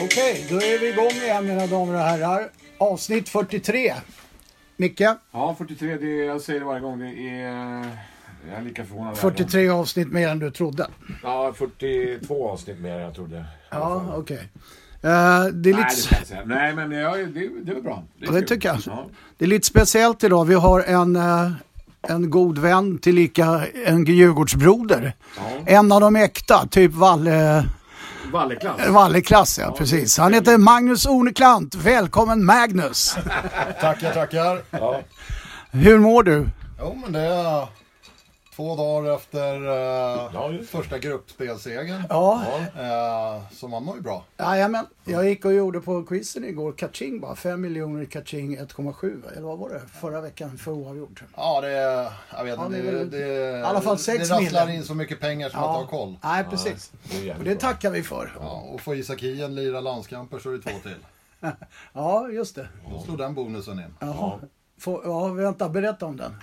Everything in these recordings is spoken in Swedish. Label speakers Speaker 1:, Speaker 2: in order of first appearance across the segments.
Speaker 1: Okej, då är vi igång igen mina damer och herrar. Avsnitt 43. Micke,
Speaker 2: Ja, 43, det är, jag säger det varje gång. Det är... Jag är lika förvånad. varje
Speaker 1: 43 avsnitt mer än du trodde.
Speaker 2: gång. Ja, 42 avsnitt mer än jag trodde.
Speaker 1: Ja, okej. Eh, det, är
Speaker 2: Nej, det
Speaker 1: lite,
Speaker 2: ska jag säga. Nej, men jag, det, det var bra.
Speaker 1: Ja,
Speaker 2: är
Speaker 1: det
Speaker 2: kul.
Speaker 1: tycker jag.
Speaker 2: Ja.
Speaker 1: det är lite speciellt idag. Vi har en, eh, en god vän tillika en Djurgårdsbroder.
Speaker 2: Ja.
Speaker 1: En av de äkta, typ Valle,
Speaker 2: Valleklass.
Speaker 1: Valleklass ja, precis. Han heter Magnus Orneklant. Välkommen Magnus!
Speaker 3: Tackar, tackar.
Speaker 2: Ja.
Speaker 1: Hur mår du?
Speaker 3: Jo, men det är eh, två dagar efter eh,
Speaker 2: Ja, just det.
Speaker 3: första gruppspelsegern.
Speaker 1: Ja,
Speaker 3: Eh, så man mår ju bra.
Speaker 1: Jajamän, jag gick och gjorde på quizen igår, kaching bara, 5 miljoner i kaching 1,7 va? eller vad var det? Förra veckan för oavgjort.
Speaker 3: Ja, det är... Jag vet
Speaker 1: Ja,
Speaker 3: inte.
Speaker 1: det är
Speaker 3: det,
Speaker 1: väl-
Speaker 3: det,
Speaker 1: i alla fall sex
Speaker 3: Det rasslar
Speaker 1: mil.
Speaker 3: in så mycket pengar som man inte har koll.
Speaker 1: Nej, precis.
Speaker 2: det är jävligt
Speaker 1: och det
Speaker 2: bra.
Speaker 1: tackar vi för.
Speaker 3: Ja, och får Isak Hien lira landskamper så är det två till.
Speaker 1: Ja, just det.
Speaker 3: Då slår den bonusen in.
Speaker 1: Jaha. Får, ja, vänta, berätta om den.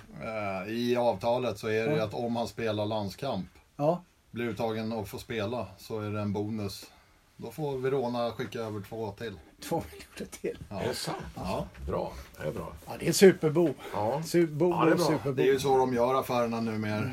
Speaker 3: Eh, I avtalet så är det ju att om han spelar landskamp,
Speaker 1: Ja,
Speaker 3: blir uttagen och får spela, så är det en bonus. Då får Verona skicka över två till.
Speaker 1: två miljoner till.
Speaker 2: Är det sant?
Speaker 3: Ja.
Speaker 2: Bra. Det är bra.
Speaker 1: Ja, det är superbo.
Speaker 2: Ja.
Speaker 1: Su- bo,
Speaker 2: Ja, det är
Speaker 1: bo,
Speaker 2: bra.
Speaker 1: superbo.
Speaker 3: Det är ju så de gör affärerna numera.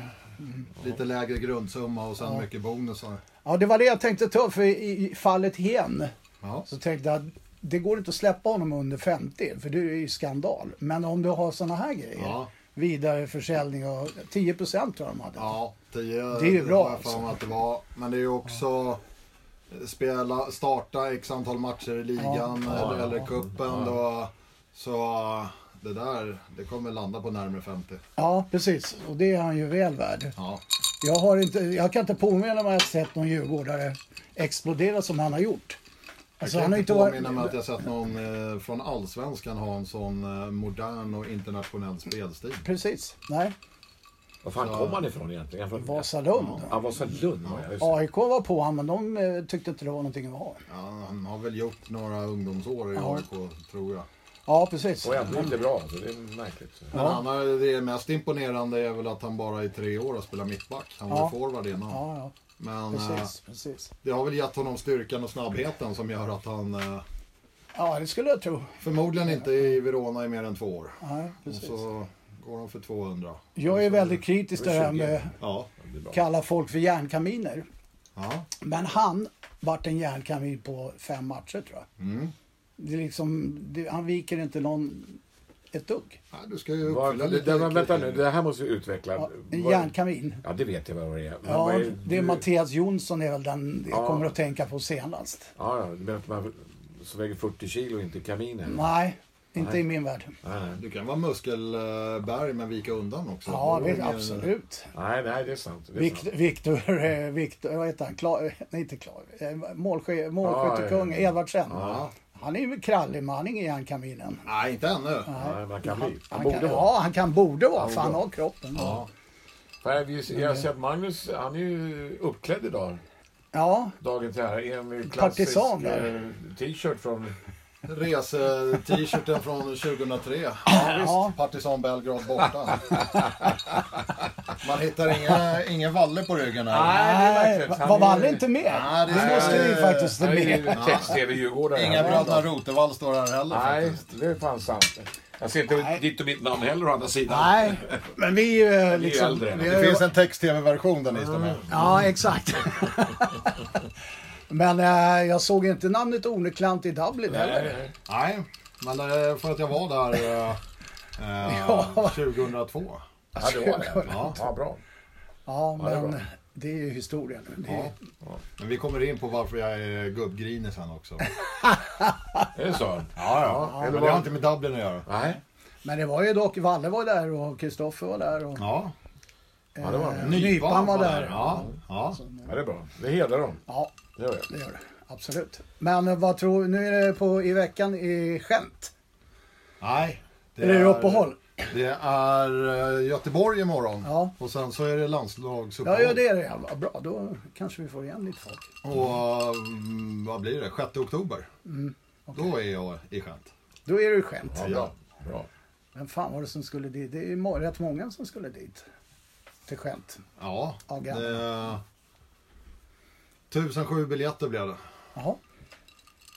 Speaker 3: Lite lägre grundsumma och sen mycket bonusar.
Speaker 1: Ja, det var det jag tänkte ta upp, för i, i fallet Hen
Speaker 3: Ja.
Speaker 1: så tänkte jag att det går inte att släppa honom under 50, för det är ju skandal. Men om du har såna här grejer,
Speaker 3: Ja.
Speaker 1: vidareförsäljning och 10 procent tror jag de hade.
Speaker 3: Ja, tio,
Speaker 1: Det är ju bra
Speaker 3: har jag för mig
Speaker 1: alltså.
Speaker 3: att det var. Men det är ju också spela, starta x antal matcher i ligan eller, eller cupen. Då, så det där, det kommer landa på närmare 50.
Speaker 1: Ja, precis. Och det är han ju väl värd.
Speaker 3: Ja.
Speaker 1: Jag, har inte, jag kan inte påminna mig att jag sett någon djurgårdare explodera som han har gjort. Alltså,
Speaker 3: jag
Speaker 1: han
Speaker 3: kan
Speaker 1: har
Speaker 3: inte
Speaker 1: inte
Speaker 3: påminna mig
Speaker 1: varit...
Speaker 3: att jag sett någon eh, från Allsvenskan ha en sån eh, modern och internationell spelstil.
Speaker 1: Precis. Nej.
Speaker 2: Var fan kom han ifrån egentligen? Från...
Speaker 1: Vasalund.
Speaker 2: Ja, Vasalund var jag. just det.
Speaker 1: AIK var på honom, men de eh, tyckte inte det var någonting att ha.
Speaker 3: Ja, han har väl gjort några ungdomsår i
Speaker 1: Ja.
Speaker 3: AIK, tror jag.
Speaker 1: Ja, precis.
Speaker 2: Och ändå gick det bra, så det är märkligt.
Speaker 3: Men han har, det mest imponerande är väl att han bara i tre år har spelat mittback. Han var
Speaker 1: Ja.
Speaker 3: forward innan.
Speaker 1: Ja, ja.
Speaker 3: Men eh,
Speaker 1: Precis, precis.
Speaker 3: det har väl gett honom styrkan och snabbheten som gör att han eh,
Speaker 1: Ja, det skulle jag tro.
Speaker 3: förmodligen inte är i Verona i mer än två år.
Speaker 1: Nej,
Speaker 3: Och
Speaker 1: precis.
Speaker 3: så går han för 200.
Speaker 1: Jag är väldigt kritisk till det här med
Speaker 3: Ja.
Speaker 1: att kalla folk för järnkaminer.
Speaker 3: ja.
Speaker 1: Men han vart en järnkamin på fem matcher tror jag.
Speaker 3: Mm.
Speaker 1: Det är liksom, det, han viker inte någon ett dugg.
Speaker 3: Nej, du ska ju
Speaker 2: Vad-
Speaker 3: uppfylla
Speaker 2: det,
Speaker 3: lite...
Speaker 2: det, vänta nu, det här måste vi utveckla.
Speaker 1: Ja, en
Speaker 2: Vad-
Speaker 1: järnkamin.
Speaker 2: Ja, det vet jag vad det är. Men
Speaker 1: Ja,
Speaker 2: vad är
Speaker 1: det är
Speaker 2: du-
Speaker 1: Mattias Jonsson är väl den jag
Speaker 2: Ja.
Speaker 1: kommer att tänka på senast.
Speaker 2: Ja, ja, du menar att man som väger 40 kilo, inte kaminer?
Speaker 1: Nej, inte i min värld.
Speaker 2: Nej, nej.
Speaker 3: Du kan vara muskelberg men vika undan också.
Speaker 1: Ja,
Speaker 3: Då är
Speaker 1: det,
Speaker 3: mer-
Speaker 1: absolut.
Speaker 2: nej, nej, det är sant. Det är sant.
Speaker 1: Vikt- Viktor, eh, Viktor, vad heter han? Klar, nej, inte Klar. eh, målsky- Målskyttekung
Speaker 2: Ja, ja, ja.
Speaker 1: Edvardsen.
Speaker 2: Ja.
Speaker 1: Han är ju krallig, men han är ingen järnkamin än.
Speaker 3: Nej, inte ännu.
Speaker 2: Nej, man kan bli. Man
Speaker 1: Han kan,
Speaker 2: borde vara.
Speaker 1: ja, han kan borde vara, för
Speaker 2: borde
Speaker 1: han
Speaker 2: vara.
Speaker 1: har kroppen. Ja,
Speaker 2: För vi- Jag ser att Magnus, han är ju uppklädd idag. Dagen till ära. I en klassisk
Speaker 1: Partisan,
Speaker 2: eh,
Speaker 1: där.
Speaker 2: t-shirt från...
Speaker 3: Rese-t-shirten från 2003.
Speaker 1: Ja.
Speaker 3: Partisan Belgrad borta. Man hittar inga, ingen valle på ryggen här.
Speaker 1: Nej, va- var Valle inte med?
Speaker 3: Nej, det
Speaker 1: det
Speaker 3: är-
Speaker 1: måste vi faktiskt
Speaker 2: Han är
Speaker 1: med.
Speaker 2: ju text-tv-djurgårdare.
Speaker 3: Inga bröderna Rotevall står här heller
Speaker 2: Nej,
Speaker 3: faktiskt.
Speaker 2: det är fan sant. Jag ser inte
Speaker 1: Nej.
Speaker 2: ditt och mitt namn heller å andra sidan.
Speaker 1: Nej, men vi är ju eh,
Speaker 2: Vi är
Speaker 1: liksom...
Speaker 2: äldre.
Speaker 1: vi har
Speaker 3: Det
Speaker 1: ju- Mm.
Speaker 3: finns en text-tv-version där ni står med.
Speaker 1: Ja, exakt. Men eh, jag såg inte namnet Orneklant i Dublin heller.
Speaker 2: Nej,
Speaker 3: Nej, men eh, för att jag var där eh, eh,
Speaker 1: Ja.
Speaker 3: 2002.
Speaker 2: Ja, det var det. Ja, bra.
Speaker 1: Ja,
Speaker 2: det är
Speaker 1: men
Speaker 2: bra.
Speaker 1: det är ju historia nu. Det är,
Speaker 3: Ja. Men vi kommer in på varför jag är gubbgrinig sen också.
Speaker 2: Är det så?
Speaker 3: Ja,
Speaker 2: Eller
Speaker 3: men det har
Speaker 2: var...
Speaker 3: inte med Dublin att göra.
Speaker 2: Nej.
Speaker 1: Men det var ju dock, Valle var där och Kristoffer var där och eh,
Speaker 3: Ja,
Speaker 2: Ja, det var det.
Speaker 1: Nypan var där. Alltså.
Speaker 3: Ja, ja.
Speaker 2: Ja, det är bra. Det hedrar dem.
Speaker 1: Ja,
Speaker 2: Det gör jag.
Speaker 1: det gör det. Absolut. Men eh, vad tror nu är det på i veckan i skämt?
Speaker 3: Nej.
Speaker 1: Eller är det uppehåll?
Speaker 3: Det är eh, Göteborg imorgon.
Speaker 1: Ja.
Speaker 3: Och sen så är det landslagsuppehåll.
Speaker 1: Ja, ja, det är det. Ja, vad Bra, då kanske vi får igen lite folk.
Speaker 3: Och mm, vad blir det? 6 oktober.
Speaker 1: Mm,
Speaker 3: Då är jag i skämt.
Speaker 1: Då är det ju skämt.
Speaker 2: Ja, bra. bra.
Speaker 1: Men fan var det som skulle dit? Det är ju må- rätt många som skulle dit. Till skämt.
Speaker 3: Ja.
Speaker 1: Ja, gärna.
Speaker 3: Det... 1007 biljetter blev det.
Speaker 1: Jaha.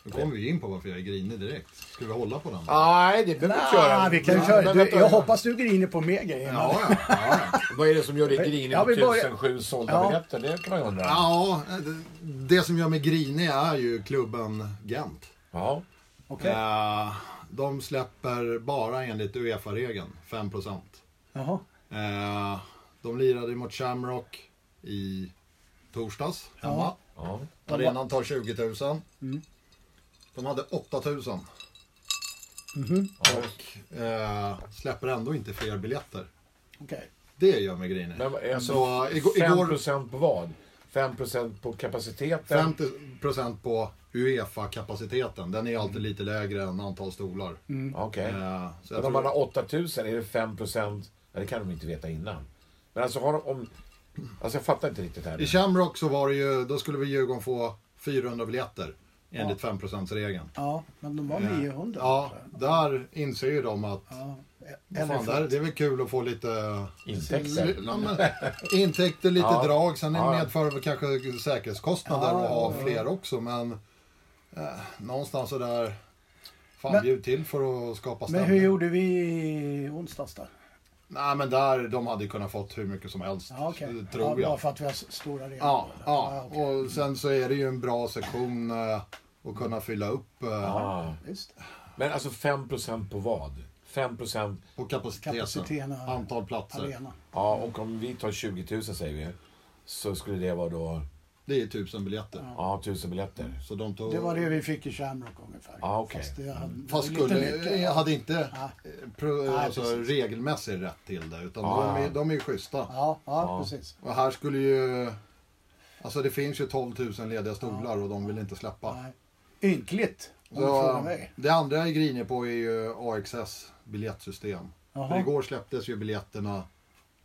Speaker 3: Då kommer vi in på varför jag är grinig direkt. Ska vi hålla på den?
Speaker 2: Nej, det behöver vi inte göra.
Speaker 1: Ah, vi kan köra.
Speaker 2: Men
Speaker 1: Du,
Speaker 2: vänta,
Speaker 1: jag hoppas du griner på mer grejer. men-
Speaker 3: Ja, ja, ja. ja.
Speaker 2: Vad är det som gör dig grinig
Speaker 1: Ja,
Speaker 2: på
Speaker 1: vi börjar-
Speaker 2: 1007 sålda
Speaker 1: Ja.
Speaker 2: biljetter? Det kan man ju undra.
Speaker 3: ja det, det som gör mig grinig är ju klubben Gent.
Speaker 2: Ja.
Speaker 1: Okej.
Speaker 3: Eh, de släpper bara enligt Uefa-regeln, 5%.
Speaker 1: Jaha.
Speaker 3: Eh, de lirade mot Shamrock i torsdags hemma.
Speaker 2: ja.
Speaker 3: Arenan tar 20 000. De hade 8 000
Speaker 2: ja.
Speaker 3: och eh, släpper ändå inte fler biljetter.
Speaker 1: Okej.
Speaker 3: Det gör mig grinig.
Speaker 2: Men alltså,
Speaker 3: Så igår,
Speaker 2: 5
Speaker 3: igår
Speaker 2: procent på vad? 5 procent på kapaciteten?
Speaker 3: 50% på Uefa-kapaciteten. Den är alltid lite lägre än antal stolar.
Speaker 2: Okej.
Speaker 3: Eh, så jag
Speaker 2: Men om man
Speaker 3: tror,
Speaker 2: har 8000, är det 5 procent? Ja, det kan de inte veta innan. Men alltså, har de, om... Alltså jag fattar inte riktigt det
Speaker 3: I
Speaker 2: här.
Speaker 3: Shamrock så var det ju, då skulle vi Djurgården få 400 biljetter enligt 5%-regeln.
Speaker 1: Ja, men de var 900.
Speaker 3: Ja, där inser ju de att
Speaker 1: Ja.
Speaker 3: Vad Fan,
Speaker 1: Eller
Speaker 3: det, här, det är väl kul att få lite
Speaker 2: Intäkter.
Speaker 3: Ja, men, intäkter, lite
Speaker 2: Ja.
Speaker 3: drag. Sen
Speaker 2: Ja.
Speaker 3: medför det kanske säkerhetskostnader
Speaker 1: Ja,
Speaker 3: att ha
Speaker 1: ja, ja.
Speaker 3: fler också. Men eh, någonstans sådär, fan
Speaker 1: Men-
Speaker 3: bjud till för att skapa
Speaker 1: Men
Speaker 3: stämning.
Speaker 1: hur gjorde vi i onsdags då?
Speaker 3: Nej men där, de hade kunnat fått hur mycket som helst.
Speaker 1: Ja, okej.
Speaker 3: eh,
Speaker 1: Ja,
Speaker 3: Tror
Speaker 1: Bara
Speaker 3: jag.
Speaker 1: för att vi har s- stora arenor.
Speaker 3: Ja, ja.
Speaker 1: okej.
Speaker 3: och sen så är det ju en bra sektion eh, att kunna fylla upp eh,
Speaker 2: Ja.
Speaker 1: Just det.
Speaker 2: Men alltså 5 procent på vad? 5 procent?
Speaker 3: på
Speaker 1: Kapaciteten
Speaker 3: kapaciteten.
Speaker 1: och
Speaker 3: Antal platser.
Speaker 1: Arena.
Speaker 2: Ja, och om vi tar 20 000 säger vi, så skulle det vara då,
Speaker 3: Det är tusen biljetter.
Speaker 2: ja, 1000 biljetter.
Speaker 3: Så de tog...
Speaker 1: Det var det vi fick i Shamrock ungefär.
Speaker 2: Ja, okej.
Speaker 1: Fast det hade,
Speaker 3: Mm. Fast
Speaker 1: lite
Speaker 3: skulle,
Speaker 1: mycket.
Speaker 3: jag hade inte
Speaker 1: Ja.
Speaker 3: eh, pro,
Speaker 1: Nej,
Speaker 3: alltså,
Speaker 1: precis.
Speaker 3: regelmässigt rätt till det. Utan
Speaker 2: Ja,
Speaker 3: de,
Speaker 2: ja.
Speaker 3: är, de är ju schyssta.
Speaker 1: Ja, ja, precis.
Speaker 3: Och här skulle ju... Alltså det finns ju 12 000 lediga stolar och de vill inte släppa.
Speaker 1: Nej. Ynkligt, om du frågar
Speaker 3: Så,
Speaker 1: mig.
Speaker 3: det andra jag är grinig på är ju AXS biljettsystem.
Speaker 1: Jaha.
Speaker 3: För igår släpptes ju biljetterna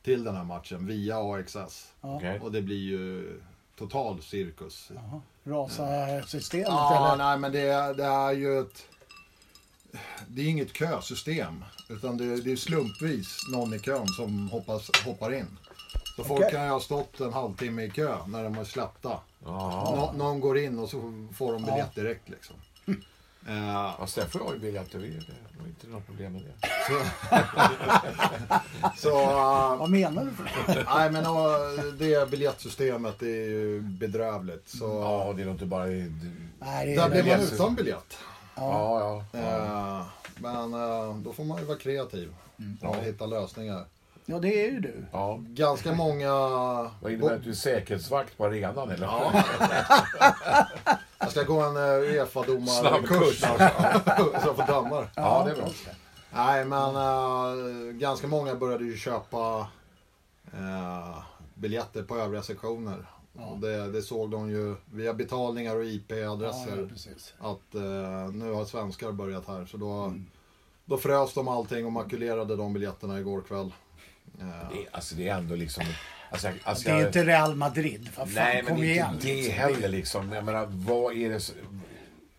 Speaker 3: till den här matchen via AXS.
Speaker 1: Ja.
Speaker 2: Okej.
Speaker 3: Och det blir ju total cirkus.
Speaker 1: Jaha. Rasa-systemet
Speaker 3: Ja,
Speaker 1: eller?
Speaker 3: nej men det, är- det är ju ett... Det är inget kösystem. Utan det, det är slumpvis någon i kön som hoppas, hoppar in. Så folk
Speaker 1: Okej.
Speaker 3: kan ju ha stått en halvtimme i kö när de är släppta.
Speaker 2: Ja.
Speaker 3: Nå, någon går in och så får de biljett direkt liksom.
Speaker 1: Mm.
Speaker 3: Eh,
Speaker 2: Ja, Steffo har ju biljetter, vi- det var inte några problem med det.
Speaker 3: så, eh,
Speaker 1: Vad menar du? för det?
Speaker 3: nej men eh, det biljettsystemet är ju bedrövligt. Så,
Speaker 2: Ja, det är nog inte bara... i-
Speaker 1: Nej, Mm. det är
Speaker 3: Där blir man
Speaker 2: biljettsystem.
Speaker 3: utan biljett.
Speaker 2: Ja, ja.
Speaker 3: Eh, men eh, då får man ju vara kreativ
Speaker 1: Mm.
Speaker 3: och hitta lösningar.
Speaker 1: Ja, det är ju du.
Speaker 2: ja.
Speaker 3: Ganska många...
Speaker 2: Vad innebär det att du är säkerhetsvakt på arenan eller?
Speaker 3: Jag ska gå en eh, Uefa-domarkurs.
Speaker 2: Snabbkurs.
Speaker 3: så jag får döma.
Speaker 2: Ja, det är bra.
Speaker 3: Nej, men eh, ganska många började ju köpa eh, biljetter på övriga sektioner. Och det, det såg de ju via betalningar och
Speaker 1: Ja, ja,
Speaker 3: IP-adresser.
Speaker 1: precis.
Speaker 3: att eh, nu har svenskar börjat här. Så då, då frös de allting och makulerade de biljetterna igår kväll. Eh,
Speaker 2: Det, är- alltså det är ändå liksom... Alltså, jag- alltså,
Speaker 1: Det är
Speaker 2: jag-
Speaker 1: inte Real Madrid. Vad fan,
Speaker 2: Nej, men
Speaker 1: kom
Speaker 2: inte
Speaker 1: igen.
Speaker 2: det heller liksom. Jag menar, vad är det s-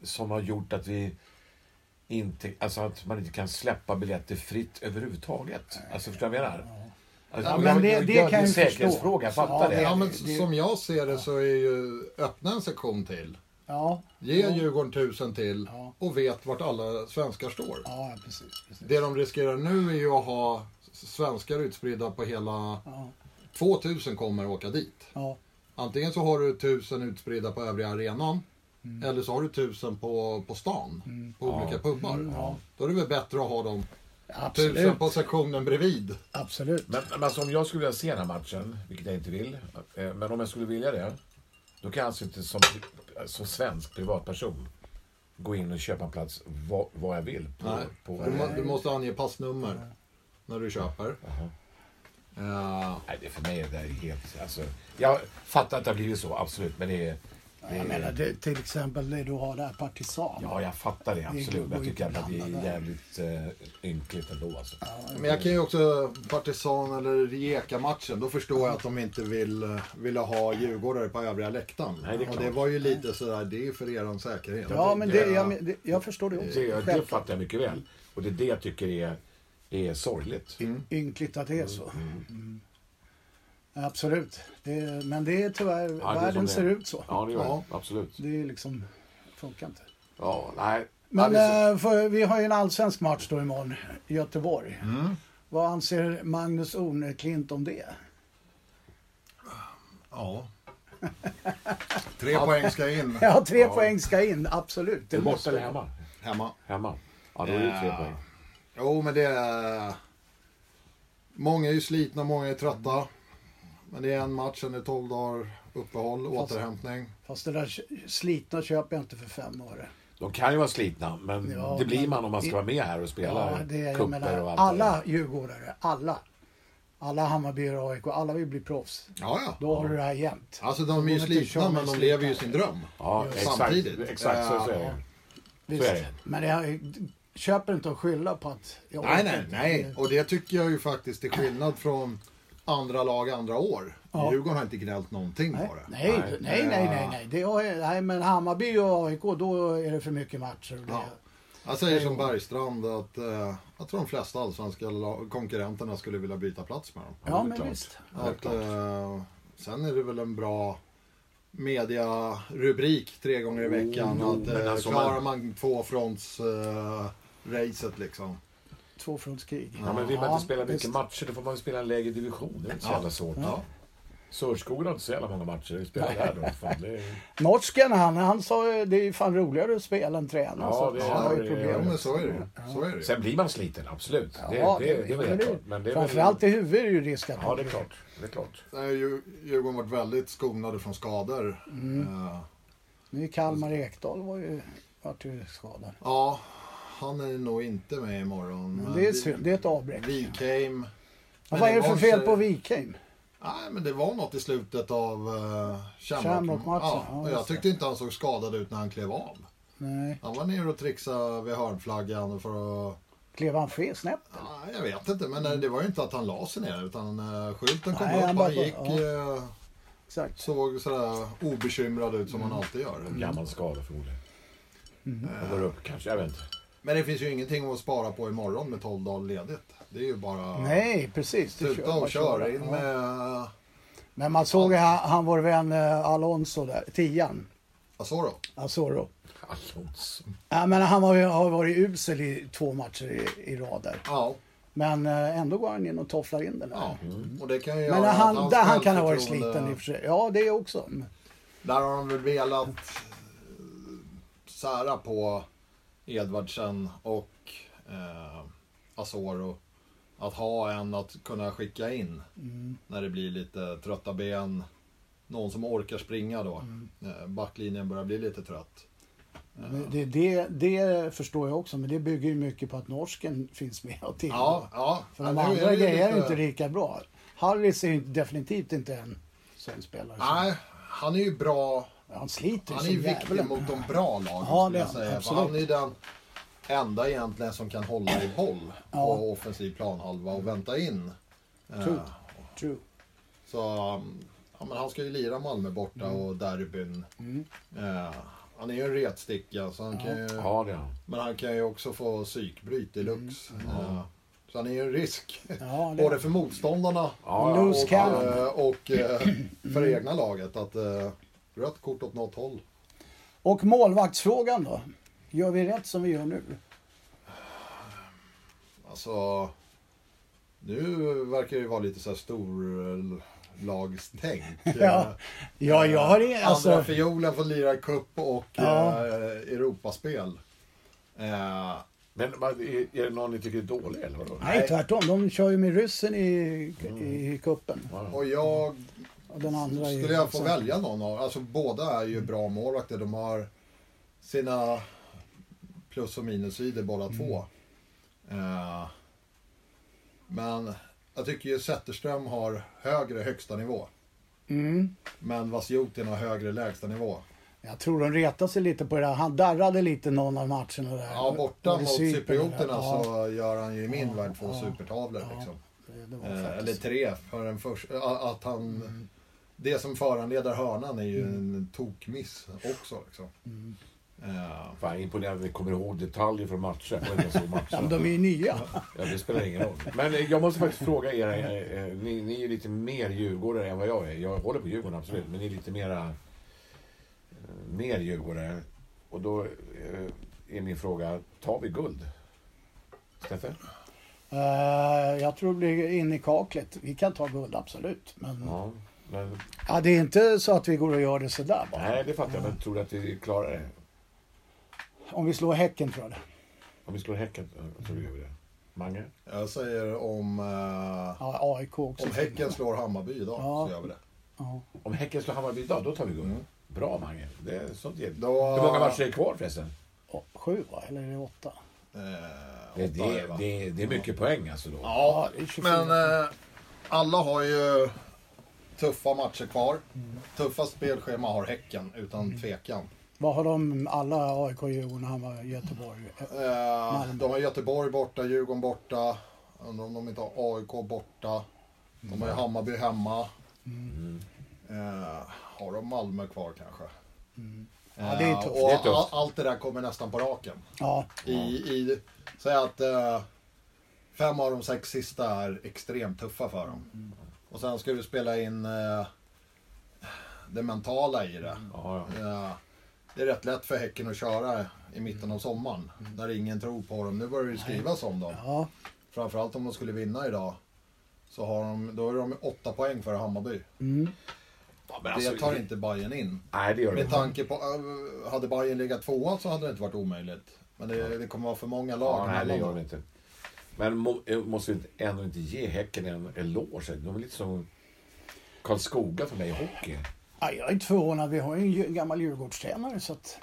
Speaker 2: som har gjort att vi inte... Alltså att man inte kan släppa biljetter fritt överhuvudtaget? Alltså, förstår du vad jag menar? Alltså,
Speaker 1: Ja,
Speaker 2: jag-
Speaker 1: men det-
Speaker 2: jag-
Speaker 1: det
Speaker 2: jag-
Speaker 1: kan
Speaker 2: är en
Speaker 1: jag ju
Speaker 2: säkerhetsfråga, jag
Speaker 1: förstå.
Speaker 2: fattar
Speaker 1: Ja,
Speaker 2: det.
Speaker 3: Ja, men
Speaker 1: det-
Speaker 3: som jag ser det så är ju öppna en sektion till.
Speaker 1: Ja,
Speaker 3: Ge Djurgården tusen till
Speaker 1: Ja.
Speaker 3: och vet vart alla svenskar står.
Speaker 1: ja precis. precis.
Speaker 3: Det de riskerar nu är ju att ha svenskar utspridda på hela...
Speaker 1: Ja,
Speaker 3: 2000 kommer åka dit.
Speaker 1: ja,
Speaker 3: Antingen så har du 1000 utspridda på övriga arenan.
Speaker 1: Mm.
Speaker 3: Eller så har du 1000 på, på stan. På olika pubbar. Då är det väl bättre att ha dem 1000
Speaker 1: Mm, absolut.
Speaker 3: på sektionen bredvid.
Speaker 1: absolut.
Speaker 2: Men, men alltså, om jag skulle vilja se den här matchen, vilket jag inte vill, eh, men om jag skulle vilja det, då kan jag alltså inte som, som svensk privatperson gå in och köpa en plats vad, vad jag vill. På,
Speaker 3: Nej.
Speaker 2: på,
Speaker 3: Du, må, du måste ange passnummer när du köper. Eh,
Speaker 2: Nej, det är för mig det där är helt... Alltså, jag fattar att det har blivit så, absolut, men det är... Det
Speaker 1: Jag menar,
Speaker 2: är
Speaker 1: det, till exempel det du har där, partisan.
Speaker 2: ja, jag fattar det absolut, men jag tycker att det är jävligt eh, ynkligt ändå. Alltså.
Speaker 3: Men jag kan ju också, Partisan eller Rijeka-matchen, då förstår jag att de inte vill, eh, vill ha djurgårdare på övriga läktaren.
Speaker 2: Nej, det är
Speaker 3: och det
Speaker 2: klart.
Speaker 3: var ju lite sådär, det är för er säkerhet.
Speaker 1: Ja, men det, jag, men det, jag förstår det också.
Speaker 2: Det, det
Speaker 1: Självklart.
Speaker 2: fattar jag mycket väl. Och det är det jag tycker är, är sorgligt.
Speaker 1: Mm. Ynkligt att det är så. Mm. Absolut. Det, men det är tyvärr,
Speaker 2: Ja, det är som
Speaker 1: världen
Speaker 2: det är.
Speaker 1: ser ut så.
Speaker 2: Ja, det gör
Speaker 3: Ja.
Speaker 2: det. Absolut.
Speaker 1: Det är liksom, funkar inte.
Speaker 2: Ja, nej.
Speaker 1: Men
Speaker 2: ja, det är så.
Speaker 1: eh, för, vi har ju en allsvensk match då imorgon i Göteborg.
Speaker 2: Mm.
Speaker 1: Vad anser Magnus Orneklint om det?
Speaker 3: Ja. Tre poäng ska in
Speaker 1: Ja, tre poäng ska in, absolut. Det
Speaker 2: Borta
Speaker 1: måste
Speaker 2: eller hemma?
Speaker 3: hemma.
Speaker 2: Hemma. Ja, då är det tre
Speaker 3: Ja.
Speaker 2: poäng.
Speaker 3: Jo, men det är... Många är ju slitna, många är trötta. Men det är en match, sen är det 12 dagar uppehåll, återhämtning.
Speaker 1: Fast det där kö- slitna köper jag inte för fem år.
Speaker 2: De kan ju vara slitna, men
Speaker 1: Ja,
Speaker 2: det blir
Speaker 1: men-
Speaker 2: man om man ska vara med här och spela
Speaker 1: Ja, det, jag
Speaker 2: cuper och
Speaker 1: menar,
Speaker 2: allt
Speaker 1: alla djurgårdare, alla. Alla Hammarbyare och AIK, alla vill bli proffs.
Speaker 3: Ja, ja.
Speaker 1: Då har du det här jämt.
Speaker 3: Alltså de är ju
Speaker 1: Går inte att köra
Speaker 3: slitna, men de
Speaker 1: med
Speaker 3: lever ju
Speaker 1: slitna.
Speaker 3: sin dröm.
Speaker 2: Ja, exakt.
Speaker 3: Samtidigt.
Speaker 2: Exakt, så, så är
Speaker 3: Ja.
Speaker 2: det.
Speaker 1: Visst.
Speaker 2: Så är det.
Speaker 1: Men jag köper inte att skylla på att... jag
Speaker 3: Nej,
Speaker 1: orkar
Speaker 3: nej,
Speaker 1: inte.
Speaker 3: nej. Och det tycker jag ju faktiskt är skillnad från andra lag andra år.
Speaker 1: Ja.
Speaker 3: Djurgården har inte gnällt någonting på det.
Speaker 1: Nej, nej, nej, nej, nej. nej. Det är, nej men Hammarby och AIK, då är det för mycket matcher. Och det,
Speaker 3: Ja. Jag säger som Bergstrand att eh, jag tror de flesta allsvenska la- konkurrenterna skulle vilja byta plats med dem.
Speaker 1: ja,
Speaker 2: det är
Speaker 1: men
Speaker 2: klart.
Speaker 1: visst.
Speaker 3: Att, eh, sen är det väl en bra mediarubrik tre gånger i veckan.
Speaker 2: Oh, jo,
Speaker 3: att,
Speaker 2: men
Speaker 3: eh,
Speaker 2: alltså
Speaker 3: klarar
Speaker 2: man-
Speaker 3: man tvåfronts-racet liksom.
Speaker 1: Tvåfrontskrig.
Speaker 2: Ja, men vill man
Speaker 1: Ja,
Speaker 2: inte spela mycket
Speaker 1: visst.
Speaker 2: matcher, då får man väl spela en lägre division. Det är inte så
Speaker 3: Ja.
Speaker 2: jävla svårt.
Speaker 3: Ja.
Speaker 2: Sörskolan har inte så jävla många matcher. Vi spelar där då. Fan, det är...
Speaker 1: Norsken han, han sa ju, det är ju fan roligare att spela än träna.
Speaker 2: Ja,
Speaker 1: så
Speaker 2: det
Speaker 1: han
Speaker 2: är-
Speaker 1: har ju
Speaker 2: det är-
Speaker 3: Ja,
Speaker 1: problem.
Speaker 3: men så är det ju. Så är det. ju.
Speaker 2: Sen blir man sliten, absolut. Det,
Speaker 1: Ja,
Speaker 2: det, det, var
Speaker 1: men
Speaker 2: helt
Speaker 1: det-
Speaker 2: klart. Men det är väl-
Speaker 1: Framförallt i huvudet är det ju risk att
Speaker 2: Ja, det är klart. Det är klart.
Speaker 3: Sen har ju Djurgården varit väldigt skonade från skador.
Speaker 2: Mm.
Speaker 3: Eh,
Speaker 1: Nu Kalmar Ekdal var ju, vart ju skadad.
Speaker 3: ja, han är nog inte med imorgon.
Speaker 1: Men
Speaker 3: men
Speaker 1: det är
Speaker 3: Vi-
Speaker 1: synd, det är ett avbräck.
Speaker 3: Wikheim.
Speaker 1: Men vad är det för
Speaker 3: imorgon
Speaker 1: fel
Speaker 3: så-
Speaker 1: på Wikheim?
Speaker 3: Nej, men det var något i slutet av uh,
Speaker 1: Shamrock-matchen,
Speaker 3: Ja,
Speaker 1: ja,
Speaker 3: och jag
Speaker 1: just det.
Speaker 3: tyckte inte han såg skadad ut när han klev av.
Speaker 1: Nej,
Speaker 3: Han var nere och trixade vid hörnflaggan för att...
Speaker 1: klev han fel snett?
Speaker 3: Ja, jag vet inte, men eh, det var ju inte att han la sig ner utan eh, skylten kom
Speaker 1: Mm. Nej,
Speaker 3: upp
Speaker 1: han
Speaker 3: han,
Speaker 1: bara-
Speaker 3: han gick,
Speaker 1: ja.
Speaker 3: eh,
Speaker 1: Exakt.
Speaker 3: såg sådär obekymrad ut som
Speaker 1: Mm.
Speaker 3: han alltid gör.
Speaker 2: Gammal skada förmodligen. Jag går upp kanske, jag vet inte.
Speaker 3: Men det finns ju ingenting att spara på imorgon med 12 dagar ledigt. Det är ju bara...
Speaker 1: Nej, precis. det
Speaker 3: Sluta
Speaker 1: kör-
Speaker 3: och
Speaker 1: bara
Speaker 3: köra
Speaker 1: köra.
Speaker 3: in
Speaker 1: Ja.
Speaker 3: med...
Speaker 1: Men man såg ju han, han vår vän eh, Alonso där, tian.
Speaker 3: Vad sa du?
Speaker 1: Asoro.
Speaker 2: Alonso.
Speaker 1: Ja, men han har, ju- har varit usel i två matcher i, i rad där.
Speaker 3: Ja.
Speaker 1: Men eh, ändå går han in och tofflar in den där.
Speaker 3: ja. Mm. Och det kan
Speaker 1: Men
Speaker 3: ju göra att
Speaker 1: han,
Speaker 3: hans
Speaker 1: där han kan ha varit
Speaker 3: självförtroende-
Speaker 1: sliten i och för sig. Ja, det är också.
Speaker 3: Där har de väl velat eh, sära på Edvardsen och eh, Asoro. Att ha en att kunna skicka in
Speaker 1: Mm.
Speaker 3: när det blir lite trötta ben. Någon som orkar springa då.
Speaker 1: Mm.
Speaker 3: Eh, Backlinjen börjar bli lite trött.
Speaker 1: Det, det, det förstår jag också, men det bygger ju mycket på att norsken finns med och till.
Speaker 3: Ja, ja.
Speaker 1: För de
Speaker 3: Ja, nu är
Speaker 1: andra
Speaker 3: det ju
Speaker 1: grejerna är ju
Speaker 3: lite-
Speaker 1: inte lika bra. Harris är ju inte- definitivt inte en sån spelare. som-
Speaker 3: Nej, han är ju bra.
Speaker 1: Han sliter ju
Speaker 3: Han är ju
Speaker 1: som
Speaker 3: viktig
Speaker 1: djävulen.
Speaker 3: mot de bra lagen
Speaker 1: Ja,
Speaker 3: skulle jag
Speaker 1: det-
Speaker 3: säga. För
Speaker 1: absolut.
Speaker 3: han är ju den enda egentligen som kan hålla i boll
Speaker 1: Ja.
Speaker 3: på offensiv planhalva och vänta in. Eh,
Speaker 1: True. True.
Speaker 3: Så um, ja, men han ska ju lira Malmö borta
Speaker 1: Mm.
Speaker 3: och derbyn. Eh, han är ju en retsticka, så han kan ju,
Speaker 2: Ja, det är han.
Speaker 3: men han kan ju också få psykbryt deluxe. Eh, så han är ju en risk.
Speaker 1: Mm. Ja, det-
Speaker 3: Både för motståndarna
Speaker 2: Ja,
Speaker 1: Loose
Speaker 3: och,
Speaker 1: cannon.
Speaker 3: eh, och eh, för egna laget. Att, eh, rött kort åt något håll.
Speaker 1: Och målvaktsfrågan då? Gör vi rätt som vi gör nu?
Speaker 3: Alltså, nu verkar det ju vara lite så här storlagstänk.
Speaker 1: Ja, ja jag har ingen...
Speaker 3: Eh, Andra
Speaker 1: Alltså,
Speaker 3: fiolen får lira cup och
Speaker 1: Ja.
Speaker 3: eh, Europaspel. Eh,
Speaker 2: Men vad- är, är det någon ni tycker är dålig eller vadå?
Speaker 1: nej, tvärtom. De kör ju med ryssen i,
Speaker 3: Mm.
Speaker 1: i kuppen.
Speaker 3: och jag,
Speaker 1: Och den andra är ju-
Speaker 3: skulle jag få välja någon av, alltså båda är ju bra målvakter. De har sina plus och minussidor båda två.
Speaker 1: Mm.
Speaker 3: Eh, men jag tycker ju Zetterström har högre högsta nivå.
Speaker 1: Mm.
Speaker 3: Men Vasjutin har högre lägstanivå.
Speaker 1: Jag tror de retar sig lite på det där. Han darrade lite någon av matcherna där.
Speaker 3: Ja, borta
Speaker 1: Och i
Speaker 3: mot
Speaker 1: Cypern
Speaker 3: cyprioterna
Speaker 1: där.
Speaker 3: så gör han ju i min värld två supertavlor.
Speaker 1: Ja.
Speaker 3: Liksom.
Speaker 1: Ja, det var
Speaker 3: Eh,
Speaker 1: faktiskt- Mm.
Speaker 3: eller tre för den första. Att han, Det som föranleder hörnan är ju en tokmiss också. Liksom.
Speaker 1: Mm.
Speaker 3: Eh,
Speaker 2: Fan, imponerande att vi kommer ihåg detaljer från matcher. Jag vet inte så
Speaker 1: Ja, men
Speaker 2: matcher.
Speaker 1: de är ju nya.
Speaker 2: Ja, det spelar ingen roll. Men eh, jag måste faktiskt fråga er, eh, eh, ni, ni är ju lite mer djurgårdare än vad jag är. Jag håller på Djurgården absolut, men ni är lite mera, eh, mer djurgårdare. Och då eh, är min fråga, tar vi guld? Steffe?
Speaker 1: Eh, jag tror det blir in i kaklet. Vi kan ta guld, absolut. Men ja.
Speaker 2: Ja. Men,
Speaker 1: det är inte så att vi går och gör det sådär bara.
Speaker 2: nej, det fattar jag. Men tror du att vi klarar det?
Speaker 1: Om vi slår Häcken tror jag det.
Speaker 2: Om vi slår Häcken, eh, tror du gör vi det. Mange?
Speaker 3: Jag säger om, eh,
Speaker 1: Ja, AIK också.
Speaker 3: om Häcken slår Hammarby idag
Speaker 1: Ja.
Speaker 3: så gör vi det.
Speaker 1: Ja.
Speaker 2: Om Häcken slår Hammarby idag, då tar vi guld. Bra Mange. Det är sånt gäller.
Speaker 3: Mm. Då-
Speaker 2: Hur många matcher är kvar förresten?
Speaker 1: Ja, Sju va? Eller är det åtta?
Speaker 3: Eh,
Speaker 2: Det,
Speaker 3: åtta är
Speaker 2: det,
Speaker 3: va?
Speaker 2: det, det är mycket poäng alltså då.
Speaker 3: Ja,
Speaker 1: det är 24.
Speaker 3: men eh, alla har ju tuffa matcher kvar.
Speaker 1: Mm.
Speaker 3: Tuffa spelschema har Häcken, utan tvekan.
Speaker 1: Vad har de alla AIK, Djurgården, Hammar, Göteborg?
Speaker 3: Eh, de har Göteborg borta, Djurgården borta. Undrar om de inte har AIK borta. De
Speaker 1: Mm.
Speaker 3: har ju Hammarby hemma. Eh, har de Malmö kvar kanske?
Speaker 1: Mm. Ja, det är
Speaker 3: Eh,
Speaker 1: tufft.
Speaker 2: Det
Speaker 3: Och
Speaker 2: är tufft.
Speaker 3: all- allt det där kommer nästan på raken.
Speaker 1: Ja,
Speaker 3: I, i, säg att eh, fem av de sex sista är extremt tuffa för dem. Och sen ska du spela in eh, det mentala i det.
Speaker 2: Ja, ja.
Speaker 3: Eh, det är rätt lätt för Häcken att köra i mitten av sommaren. Där ingen tror på dem. Nu börjar det ju skrivas om dem.
Speaker 1: ja.
Speaker 3: Framförallt om de skulle vinna idag. Så har de, då är de åtta poäng före Hammarby.
Speaker 1: Mm.
Speaker 2: Ja, men alltså,
Speaker 3: det tar inte Bayern in.
Speaker 2: Nej, det gör det
Speaker 3: Med
Speaker 2: inte.
Speaker 3: tanke på, eh, hade Bayern legat tvåa så hade det inte varit omöjligt. Men det, det kommer vara för många lag
Speaker 2: Ja, nej, det
Speaker 3: mellan
Speaker 2: gör
Speaker 3: dem.
Speaker 2: de inte. Men må, eh, måste vi inte- ändå inte ge Häcken en eloge? De är lite som Karlskoga för mig i hockey.
Speaker 1: Ja, Jag är inte förvånad. Vi har ju en ju- gammal Djurgårdstränare. Så att...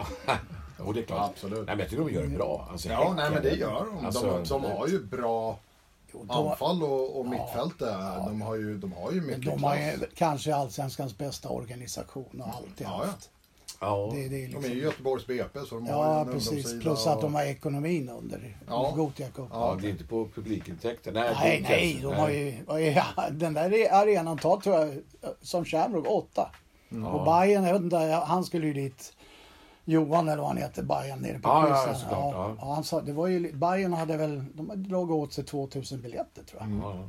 Speaker 2: Och det är klart.
Speaker 3: Absolut.
Speaker 2: Nej, men jag tycker de gör det bra. Alltså,
Speaker 3: Ja,
Speaker 2: Häcken-
Speaker 3: nej men det gör de. de,
Speaker 2: Alltså,
Speaker 3: de har ju bra
Speaker 1: Jo, de, har-
Speaker 3: anfall och, och mittfält där. De har ju, de har ju mycket
Speaker 1: de har
Speaker 3: klass.
Speaker 1: ju kanske allsvenskans bästa organisation och alltid
Speaker 3: Ja, ja.
Speaker 1: haft.
Speaker 2: Ja,
Speaker 1: Det, det är
Speaker 3: De är ju
Speaker 1: liksom...
Speaker 3: Göteborgs BP så de har ju
Speaker 1: Ja,
Speaker 3: en
Speaker 1: precis.
Speaker 3: ungdomssida
Speaker 1: Plus att de
Speaker 3: och-
Speaker 1: har ekonomin under
Speaker 3: Ja.
Speaker 1: Gothia Cup.
Speaker 2: ja, det är inte på publikintäkter. Nej, det är
Speaker 1: Nej,
Speaker 2: inte
Speaker 1: nej,
Speaker 2: ens-
Speaker 1: de har ju, vad är- ja, den där arenan tar tror jag, som Shamrock, åtta. Och Bayern, jag vet inte, han skulle ju dit, Johan eller vad han heter, Bayern nere på
Speaker 2: Ja, ja,
Speaker 1: Kulsen.
Speaker 2: såklart, ja.
Speaker 1: ja, han sa, det var ju, Bayern hade väl, de hade dragit åt sig 2000 biljetter tror jag.
Speaker 2: Ja,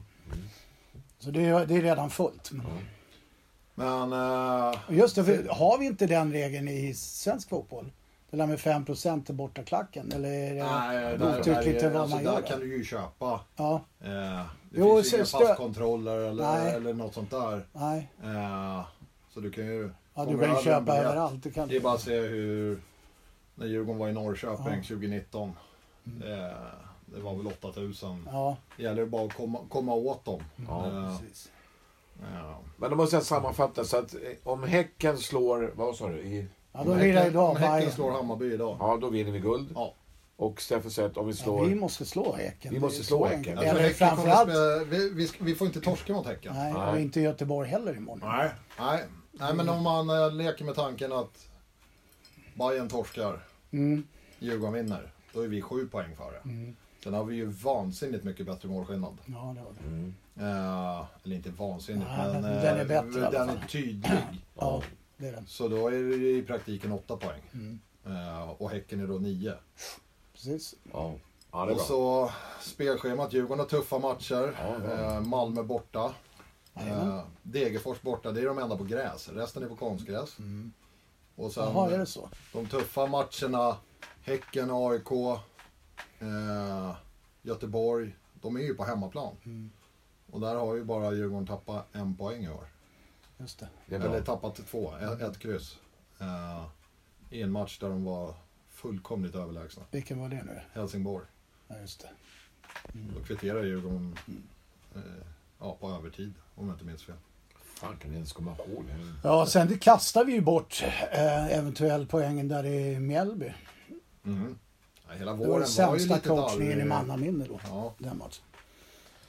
Speaker 1: Så det är, det är redan fullt.
Speaker 3: Men... eh,
Speaker 1: Och just det, för, har vi inte den regeln i svensk fotboll? Det där med 5% till bortaklacken, eller är
Speaker 3: nej,
Speaker 1: det
Speaker 3: där, där,
Speaker 1: godtyckligt till
Speaker 3: är-
Speaker 1: vad
Speaker 3: alltså,
Speaker 1: man
Speaker 3: där
Speaker 1: gör?
Speaker 3: kan du ju köpa.
Speaker 1: Ja,
Speaker 3: Eh, det
Speaker 1: Jo,
Speaker 3: finns ju inga
Speaker 1: så- stö-
Speaker 3: passkontroller eller,
Speaker 1: Nej.
Speaker 3: eller något sånt där.
Speaker 1: nej.
Speaker 3: Eh, så du kan ju...
Speaker 1: Ja, du kan
Speaker 3: fånga
Speaker 1: ju
Speaker 3: över en
Speaker 1: köpa
Speaker 3: biljett.
Speaker 1: överallt. Du kan...
Speaker 3: Det är bara att se hur... När Djurgården var i Norrköping 2019.
Speaker 1: Mm.
Speaker 3: Det, det var väl 8000.
Speaker 1: Ja,
Speaker 3: Det gäller ju bara att komma, komma åt dem.
Speaker 2: ja.
Speaker 3: Eh,
Speaker 1: precis. Mm.
Speaker 3: ja.
Speaker 2: Men då måste jag sammanfatta så att eh, om Häcken slår, vad sa du? I,
Speaker 1: Ja, då lirar ju
Speaker 3: om
Speaker 1: då
Speaker 3: Häcken
Speaker 1: Bayern.
Speaker 3: slår Hammarby idag.
Speaker 2: ja, då vinner vi guld.
Speaker 3: Ja.
Speaker 2: Och Steffe säger att om vi
Speaker 1: Ja,
Speaker 2: slår...
Speaker 1: vi måste slå Häcken.
Speaker 2: Vi måste
Speaker 1: Det är
Speaker 2: slå
Speaker 1: så enkelt.
Speaker 2: Häcken. Alltså,
Speaker 3: Alltså,
Speaker 1: Eller
Speaker 3: Häcken kommer
Speaker 1: framförallt,
Speaker 3: spela- vi, vi, ska- vi får inte torska mot Häcken.
Speaker 1: nej, och
Speaker 2: Nej.
Speaker 1: inte Göteborg heller imorgon.
Speaker 3: Nej. Nej, nej men om man eh, leker med tanken att Bayern torskar,
Speaker 1: Mm.
Speaker 3: Djurgården vinner, då är vi sju poäng före. Sen har vi ju vansinnigt mycket bättre målskillnad.
Speaker 1: Ja, det var det.
Speaker 3: Mm. Eh, eller inte vansinnigt,
Speaker 1: Nej,
Speaker 3: men
Speaker 1: men
Speaker 3: eh,
Speaker 1: den är bättre i alla
Speaker 3: den
Speaker 1: fall.
Speaker 3: är tydlig.
Speaker 1: Ja, det är den.
Speaker 3: Så då är det ju i praktiken åtta poäng.
Speaker 1: Mm.
Speaker 3: Eh, och Häcken är då nio.
Speaker 1: Precis.
Speaker 2: Ja. ja, det är
Speaker 3: Och
Speaker 2: bra.
Speaker 3: så spelschemat, Djurgården har tuffa matcher.
Speaker 2: Ja, ja.
Speaker 3: Eh, Malmö borta. Eh, Degerfors borta, det är de enda på gräs. Resten är på konstgräs. Och sen
Speaker 1: Mm. Jaha, är det så?
Speaker 3: de tuffa matcherna, Häcken, AIK, eh, Göteborg, de är ju på hemmaplan.
Speaker 1: Mm.
Speaker 3: Och där har ju bara Djurgården tappat en poäng i år.
Speaker 1: Just det.
Speaker 2: Det är bra.
Speaker 3: Eller tappat två, ett,
Speaker 1: Mm.
Speaker 3: ett kryss. Eh, I en match där de var fullkomligt överlägsna.
Speaker 1: Vilken var det nu?
Speaker 3: Helsingborg.
Speaker 1: Ja, just det.
Speaker 3: Då kvitterar Djurgården eh, ja, på övertid, om jag inte minns fel.
Speaker 2: Fan, kan ni ens komma ihåg? det?
Speaker 1: Ja, sen kastar vi ju bort eh, eventuell poängen där i Mjällby.
Speaker 3: Mm. Ja, hela
Speaker 1: Det var
Speaker 3: våren
Speaker 1: den
Speaker 3: var ju
Speaker 1: sämsta
Speaker 3: lite
Speaker 1: coachningen i
Speaker 3: darrig.
Speaker 1: mannaminne då.
Speaker 3: Ja.
Speaker 1: Den matchen.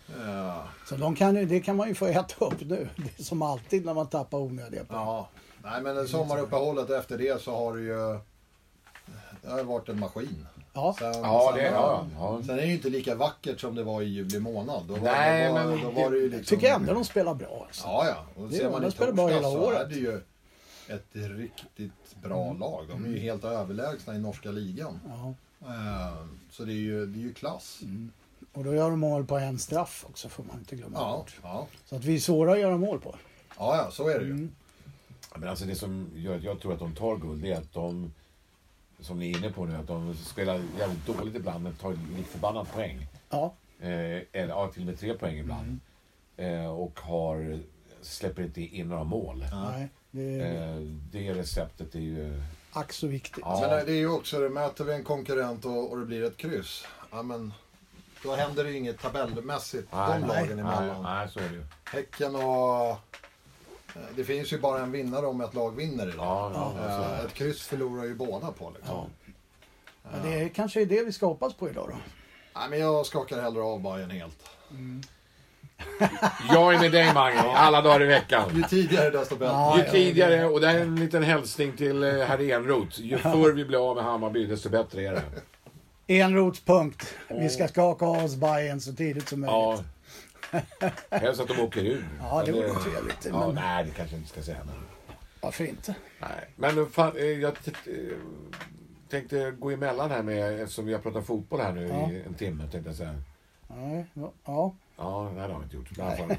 Speaker 3: Eh,
Speaker 1: Så de kan, ju- det kan man ju få äta upp nu. Det är som alltid när man tappar onödiga poäng.
Speaker 3: Ja. Nej, men sommaruppehållet efter det så har det ju... Det har ju varit en maskin.
Speaker 1: Ja,
Speaker 3: Sen,
Speaker 2: Ja,
Speaker 3: sen,
Speaker 2: det, ja, ja.
Speaker 3: sen är det ju inte lika vackert som det var i juli månad. Då var,
Speaker 2: Nej,
Speaker 3: då var,
Speaker 2: men
Speaker 3: då var det ju liksom...
Speaker 1: tycker jag ändå de spelar bra. Alltså.
Speaker 3: Ja, ja. Och
Speaker 1: Det
Speaker 3: ser
Speaker 1: är-
Speaker 3: man
Speaker 1: de
Speaker 3: i
Speaker 1: spelar bra
Speaker 3: torsdags
Speaker 1: hela
Speaker 3: så är
Speaker 1: året. Mm.
Speaker 3: det ju ett riktigt bra lag. De är ju helt överlägsna i norska ligan.
Speaker 1: Ja.
Speaker 3: Eh, Så det är ju, det är ju klass.
Speaker 1: Mm. Och då gör de mål på en straff också, får man inte glömma
Speaker 3: Ja,
Speaker 1: bort.
Speaker 3: ja.
Speaker 1: Så att vi är svåra att göra mål på.
Speaker 3: ja, ja, så är det ju.
Speaker 2: Men alltså det som gör att jag tror att de tar guld det är att de som ni är inne på nu, att de spelar jävligt dåligt ibland men tar lite förbannat poäng.
Speaker 1: Ja.
Speaker 2: Eh, eller ja, till och med tre poäng ibland. Eh, och har, släpper inte in några mål.
Speaker 1: Nej, det är
Speaker 2: Eh, det receptet är ju...
Speaker 1: ack så viktigt.
Speaker 2: Ja.
Speaker 3: Men eh, det är ju också det, möter vi en konkurrent och, och det blir ett kryss. Ja, men då händer det ju inget tabellmässigt
Speaker 2: Nej,
Speaker 3: de
Speaker 2: nej,
Speaker 3: lagen
Speaker 2: Nej,
Speaker 3: emellan.
Speaker 2: nej, så är det ju.
Speaker 3: Häcken och... eh, Det finns ju bara en vinnare om ett lag vinner idag.
Speaker 2: Ja, ja, så är det.
Speaker 3: Eh, Ett kryss förlorar ju båda på liksom.
Speaker 1: Ja. Ja, det är, kanske är det vi ska hoppas på idag då.
Speaker 3: Nej, men jag skakar hellre av Bayern helt.
Speaker 2: Jag är med dig Mange, alla dagar i veckan.
Speaker 3: Ju tidigare desto bättre.
Speaker 1: Ja.
Speaker 2: Ju tidigare, och det här är en liten hälsning till eh, herr Enroth. Ju förr vi blir av med Hammarby, desto bättre är det.
Speaker 1: Enrotspunkt. Vi ska skaka av oss Bayern så tidigt som möjligt.
Speaker 2: Ja. Helst att de åker ur.
Speaker 1: Ja, det
Speaker 2: Men,
Speaker 1: vore
Speaker 2: eh,
Speaker 1: trevligt,
Speaker 2: Ja,
Speaker 1: men-
Speaker 2: Nej, det kanske jag inte ska säga. Men,
Speaker 1: Varför inte?
Speaker 2: nej. men fan, eh, jag t- eh, tänkte gå emellan här med, eftersom vi har pratat fotboll här nu
Speaker 1: Ja.
Speaker 2: i en timme. Tänkte jag säga.
Speaker 1: Nej, ja, ja.
Speaker 2: Ja, nej, det har vi inte gjort. I alla fall.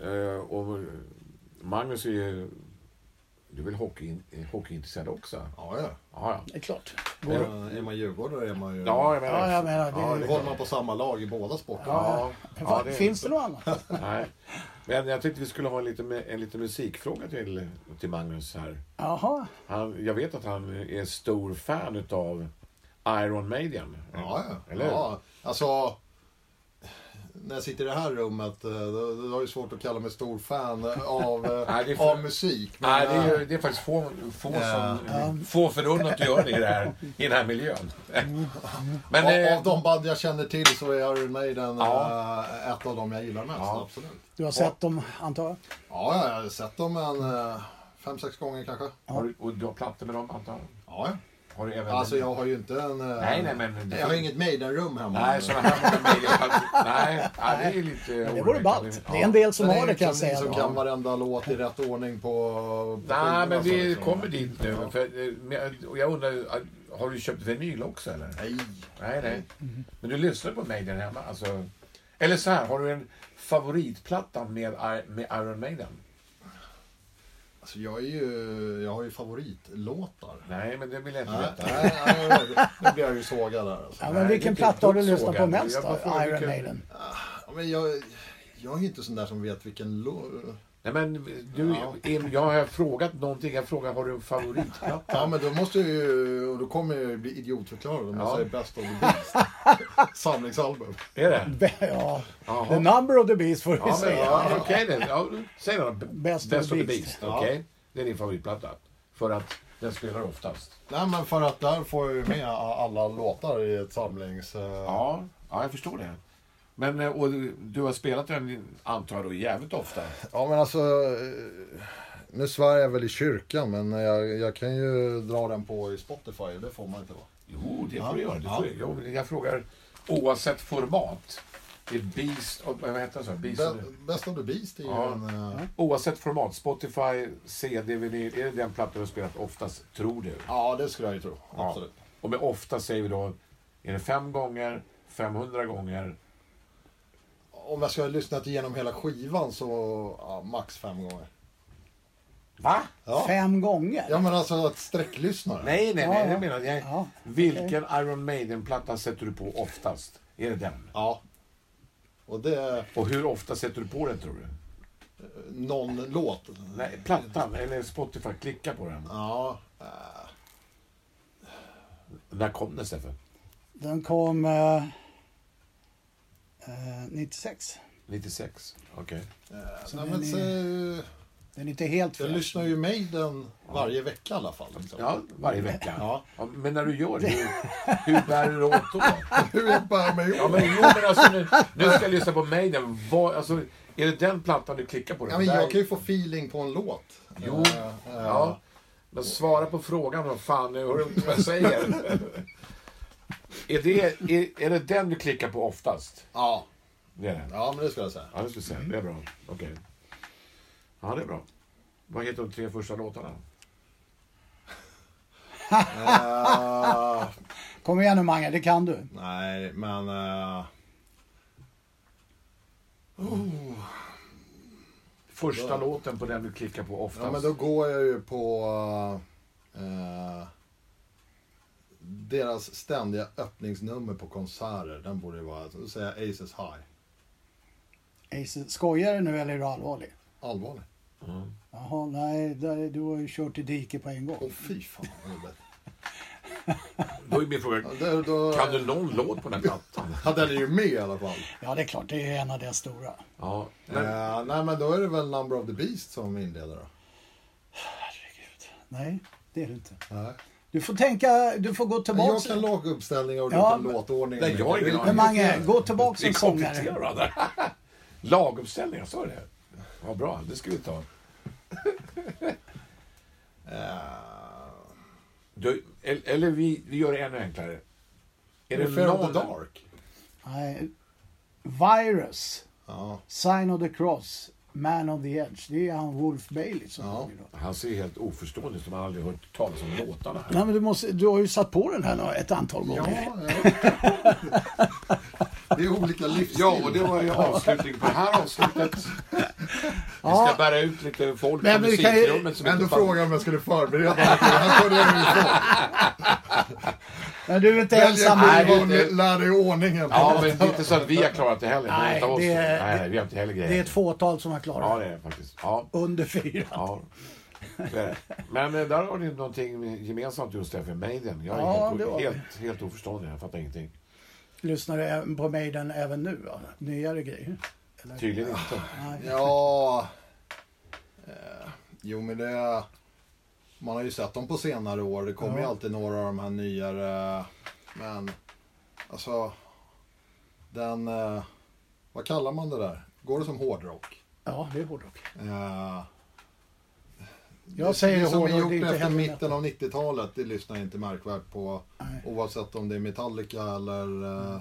Speaker 2: Eh, och Magnus är ju... Du är väl hockey, eh, hockeyintresserad också?
Speaker 3: Ja, ja.
Speaker 2: Ja,
Speaker 1: det är klart.
Speaker 3: Går- Är man djurgårdare är man ju...
Speaker 2: ja. jag menar,
Speaker 1: Ja, jag menar, det-
Speaker 2: ja,
Speaker 3: Då
Speaker 2: det,
Speaker 3: håller man på samma lag i båda sporterna.
Speaker 2: ja, ja, det
Speaker 1: Finns det något annat?
Speaker 2: Nej. Men jag tänkte vi skulle ha en liten, en liten musikfråga till, till Magnus här.
Speaker 1: Jaha.
Speaker 2: Han, jag vet att han är stor fan utav Iron Maiden.
Speaker 3: Ja, ja.
Speaker 2: Eller hur?
Speaker 3: ja. Alltså, när jag sitter i det här rummet, eh, då, då har jag svårt att kalla mig stor fan av, eh,
Speaker 2: Nej, det är för-
Speaker 3: av musik. Men,
Speaker 2: Nej, det är,
Speaker 3: eh,
Speaker 2: ju- det är faktiskt få, få,
Speaker 3: Ja.
Speaker 2: som, få förunnat att göra det i, det här, i den här miljön. Men,
Speaker 3: av,
Speaker 2: eh,
Speaker 3: av de band jag känner till så är Iron Maiden
Speaker 2: Ja.
Speaker 3: eh, ett av dem jag gillar mest,
Speaker 2: Ja.
Speaker 3: absolut.
Speaker 1: Du har sett dem, antar jag?
Speaker 3: Ja, jag har sett dem en eh, fem, sex gånger kanske.
Speaker 2: har du, och du har plattor med dem, antar jag?
Speaker 3: Ja,
Speaker 2: Har du även...
Speaker 3: alltså jag har ju inte en... eh,
Speaker 2: Nej, nej, men...
Speaker 3: Jag har inget Maiden-rum hemma.
Speaker 2: Nej, såna här många mejlplattor. Nej, nej, det är lite...
Speaker 1: Men det vore
Speaker 2: oroväckande.
Speaker 1: ballt.
Speaker 2: Ja.
Speaker 1: Det är en del som
Speaker 3: Sen är
Speaker 1: har det kan jag
Speaker 3: liksom
Speaker 1: säga.
Speaker 3: Ni som
Speaker 1: då.
Speaker 3: kan varenda låt i rätt ordning på... på skivorna,
Speaker 2: Nej, men
Speaker 3: så
Speaker 2: vi
Speaker 3: liksom.
Speaker 2: kommer dit nu. För, eh, men jag- och jag undrar, eh, har du köpt vinyl också eller?
Speaker 3: Nej.
Speaker 2: Nej, nej.
Speaker 1: Mm-hmm.
Speaker 2: Men du lyssnar på Maiden hemma? Alltså, eller så här, har du en favoritplatta med, I- med Iron Maiden?
Speaker 3: Alltså jag, är ju, jag har ju favoritlåtar.
Speaker 2: Nej, men det vill jag inte
Speaker 3: Nej,
Speaker 2: veta.
Speaker 3: nej, nej, nu blir jag ju sågad där. Alltså.
Speaker 1: Ja,
Speaker 2: Nej,
Speaker 1: men vilken
Speaker 2: vilken
Speaker 1: platta har du
Speaker 2: putsågad.
Speaker 1: lyssnat på mest
Speaker 2: Jag bara
Speaker 1: då?
Speaker 2: frågar
Speaker 1: Iron
Speaker 2: vilken-
Speaker 1: Maiden.
Speaker 3: Ja, Men jag, jag är inte sån där som vet vilken låt...
Speaker 2: Nej, men du,
Speaker 3: Ja.
Speaker 2: Im, jag har frågat någonting. Jag frågar, har du en favoritplatta?
Speaker 3: Ja men då måste jag ju... Och då kommer jag ju bli idiotförklarad om jag
Speaker 2: Ja.
Speaker 3: säger Best of the Beast. Samlingsalbum.
Speaker 2: Är det?
Speaker 1: Ja,
Speaker 2: Jaha.
Speaker 1: The Number of the Beast får vi
Speaker 2: Ja, men,
Speaker 1: säga.
Speaker 2: ja, okej det. Ja, säg då. Best,
Speaker 1: of
Speaker 2: Best
Speaker 1: the
Speaker 2: of the
Speaker 1: Beast.
Speaker 2: Beast.
Speaker 3: Ja.
Speaker 2: Okej, det är din favoritplatta. För att den spelar oftast.
Speaker 3: Nej men för att där får jag ju med alla låtar i ett samlings... eh,
Speaker 2: Ja, ja jag förstår det. Men eh, och du- du har spelat den, antar jag, då, jävligt ofta.
Speaker 3: Ja men alltså... eh, Nu svär jag väl i kyrkan men jag, jag kan ju dra den på i Spotify och det får man inte va?
Speaker 2: Jo, det får
Speaker 3: Ja,
Speaker 2: du göra. Det
Speaker 3: ja.
Speaker 2: får du. jag, jag frågar oavsett format. Det är Beast, och, vad heter det? Så? Beast
Speaker 3: Be-
Speaker 2: och,
Speaker 3: Best of the Beast är ju
Speaker 2: Ja. Mm.
Speaker 3: en... eh,
Speaker 2: oavsett format, Spotify, CD, vinyl. Är det den plattan du har spelat oftast, tror du?
Speaker 3: Ja, det skulle jag ju tro.
Speaker 2: Ja.
Speaker 3: Absolut.
Speaker 2: Och med ofta säger vi då, är det fem gånger, 500 gånger?
Speaker 3: Om jag ska ha lyssnat igenom hela skivan så ja, max fem gånger.
Speaker 2: Va?
Speaker 3: Ja,
Speaker 1: Fem gånger?
Speaker 3: ja men alltså att sträcklyssnare.
Speaker 2: Nej, nej,
Speaker 1: Ja,
Speaker 2: nej,
Speaker 1: ja.
Speaker 2: det menar jag.
Speaker 1: Ja,
Speaker 2: Vilken Iron Maiden-platta sätter du på oftast? Är det den?
Speaker 3: Ja. Och det är
Speaker 2: Och hur ofta sätter du på den, tror du?
Speaker 3: någon låt.
Speaker 2: Nej, plattan eller Spotify, klicka på den.
Speaker 3: Ja. eh,
Speaker 2: När kom den Steffe?
Speaker 1: Den kom eh, eh, 96.
Speaker 2: 96? Okej.
Speaker 1: Så
Speaker 3: Nej,
Speaker 1: den
Speaker 3: men
Speaker 1: är-
Speaker 3: så,
Speaker 1: Den är inte helt
Speaker 3: jag
Speaker 1: fräsch.
Speaker 3: lyssnar ju Maiden varje vecka i alla fall. Liksom.
Speaker 2: Ja, varje vecka.
Speaker 3: Ja.
Speaker 2: men när du gör det, hur, hur bär du dig åt då?
Speaker 3: Hur jag bär mig
Speaker 2: Ja,
Speaker 3: åt.
Speaker 2: men jo, men alltså nu, nu ska jag lyssna på Maiden. Vad, alltså, är det den plattan du klickar på? Den?
Speaker 3: Ja, men
Speaker 2: där-
Speaker 3: jag kan ju få feeling på en låt.
Speaker 2: Jo.
Speaker 3: Eh, eh,
Speaker 2: Ja. Men svara på frågan då, fan, nu hör du inte vad jag säger? är, det, är, är det den du klickar på oftast?
Speaker 3: ja.
Speaker 2: Det är det?
Speaker 3: Ja, men det skulle jag säga.
Speaker 2: Ja, det ska jag säga. Det är bra. Okej. Ja, det är bra. Vad heter de tre första låtarna?
Speaker 3: Eh,
Speaker 1: Kom igen nu Mange, det kan du.
Speaker 3: Nej, men... eh,
Speaker 2: Första låten på den du klickar på oftast.
Speaker 3: Ja, men då går jag ju på... eh, deras ständiga öppningsnummer på konserter, den borde ju vara, så säger jag Aces High.
Speaker 1: Ace, skojar du nu eller är du allvarlig?
Speaker 3: Allvarligt.
Speaker 2: Mm.
Speaker 1: Jaha, nej, där, du har ju kört i dike på en gång.
Speaker 3: Åh fy fan vad jobbigt.
Speaker 2: Då är min fråga,
Speaker 3: Ja, där- då-
Speaker 2: kan du någon låt på den här plattan?
Speaker 3: Hade det ju med i alla fall.
Speaker 1: Ja, det är klart, det är en av deras stora.
Speaker 2: Ja,
Speaker 3: Nej.
Speaker 2: men,
Speaker 3: Eh, nej men då är det väl Number of the Beast som inleder då?
Speaker 1: Herregud. Nej, det är det inte.
Speaker 3: Nej.
Speaker 1: Du får tänka, du får gå tillbaka.
Speaker 3: Jag kan laguppställningar och
Speaker 1: Ja,
Speaker 3: ja,
Speaker 1: men-
Speaker 3: låtordning.
Speaker 2: Nej, jag har ingen
Speaker 1: Men
Speaker 2: aning.
Speaker 1: Mange, gå tillbaka
Speaker 2: vi
Speaker 1: som sångare.
Speaker 2: kompletterar. Laguppställningar, sa du det? Vad bra, det ska vi ta.
Speaker 3: Eh,
Speaker 2: Du, el- eller vi, vi gör det ännu enklare. Är det
Speaker 3: Fear of
Speaker 2: någon...
Speaker 3: the Dark?
Speaker 1: Nej. Virus,
Speaker 3: Ja.
Speaker 1: Sign of the Cross, Man on the Edge. Det är han Wolf Bailey som
Speaker 3: Ja.
Speaker 1: sjunger då.
Speaker 2: Han ser helt oförstående ut, som han aldrig hört talas om låtarna här.
Speaker 1: Nej, men du, måste, du har ju satt på den här nå- ett antal
Speaker 3: Ja,
Speaker 1: gånger.
Speaker 3: ja. Det är olika livsstilar.
Speaker 2: Ja, och det var ju avslutningen på det här avsnittet. Vi
Speaker 1: Ja.
Speaker 2: ska bära ut lite folk
Speaker 1: Nej,
Speaker 2: från
Speaker 1: men vi kan ju-
Speaker 2: musikrummet. som
Speaker 3: Men
Speaker 2: inte
Speaker 3: du
Speaker 2: fan-
Speaker 3: frågade om jag skulle förbereda mig. Han kunde jag ju inte.
Speaker 1: Men du är inte
Speaker 3: Välja
Speaker 1: ensam.
Speaker 2: Nej,
Speaker 3: mig och
Speaker 2: det-
Speaker 3: lär dig ordningen.
Speaker 2: Ja, men det är inte så att vi har klarat det heller.
Speaker 1: Nej,
Speaker 2: Nej, oss.
Speaker 1: det är-
Speaker 2: Nej vi har inte heller grejer.
Speaker 1: Det är ett fåtal som har klarat
Speaker 2: Ja,
Speaker 1: det.
Speaker 2: det är det faktiskt. Ja,
Speaker 1: Under fyra.
Speaker 2: ja. Så är det. Men eh, där har ni någonting gemensamt just där för Maiden. Jag är
Speaker 1: Ja, det
Speaker 2: helt,
Speaker 1: har vi.
Speaker 2: helt, helt oförstående. Jag fattar ingenting.
Speaker 1: Lyssnar du även på Maiden även nu? Va? Nyare grejer? Eller?
Speaker 2: Tydligen inte.
Speaker 1: Nej.
Speaker 3: Ja... Eh, jo, men det... Man har ju sett dem på senare år. Det kommer ju
Speaker 1: Ja.
Speaker 3: alltid några av de här nyare. Men, alltså... Den... Eh, vad kallar man det där? Går det som hårdrock?
Speaker 1: Ja, det är hårdrock.
Speaker 3: Eh,
Speaker 1: Jag säger
Speaker 3: det som är
Speaker 1: hårdrock,
Speaker 3: gjort
Speaker 1: det är inte
Speaker 3: efter
Speaker 1: heavy metal.
Speaker 3: mitten av 90-talet, det lyssnar jag inte märkvärt på.
Speaker 1: Nej.
Speaker 3: Oavsett om det är Metallica eller... Eh,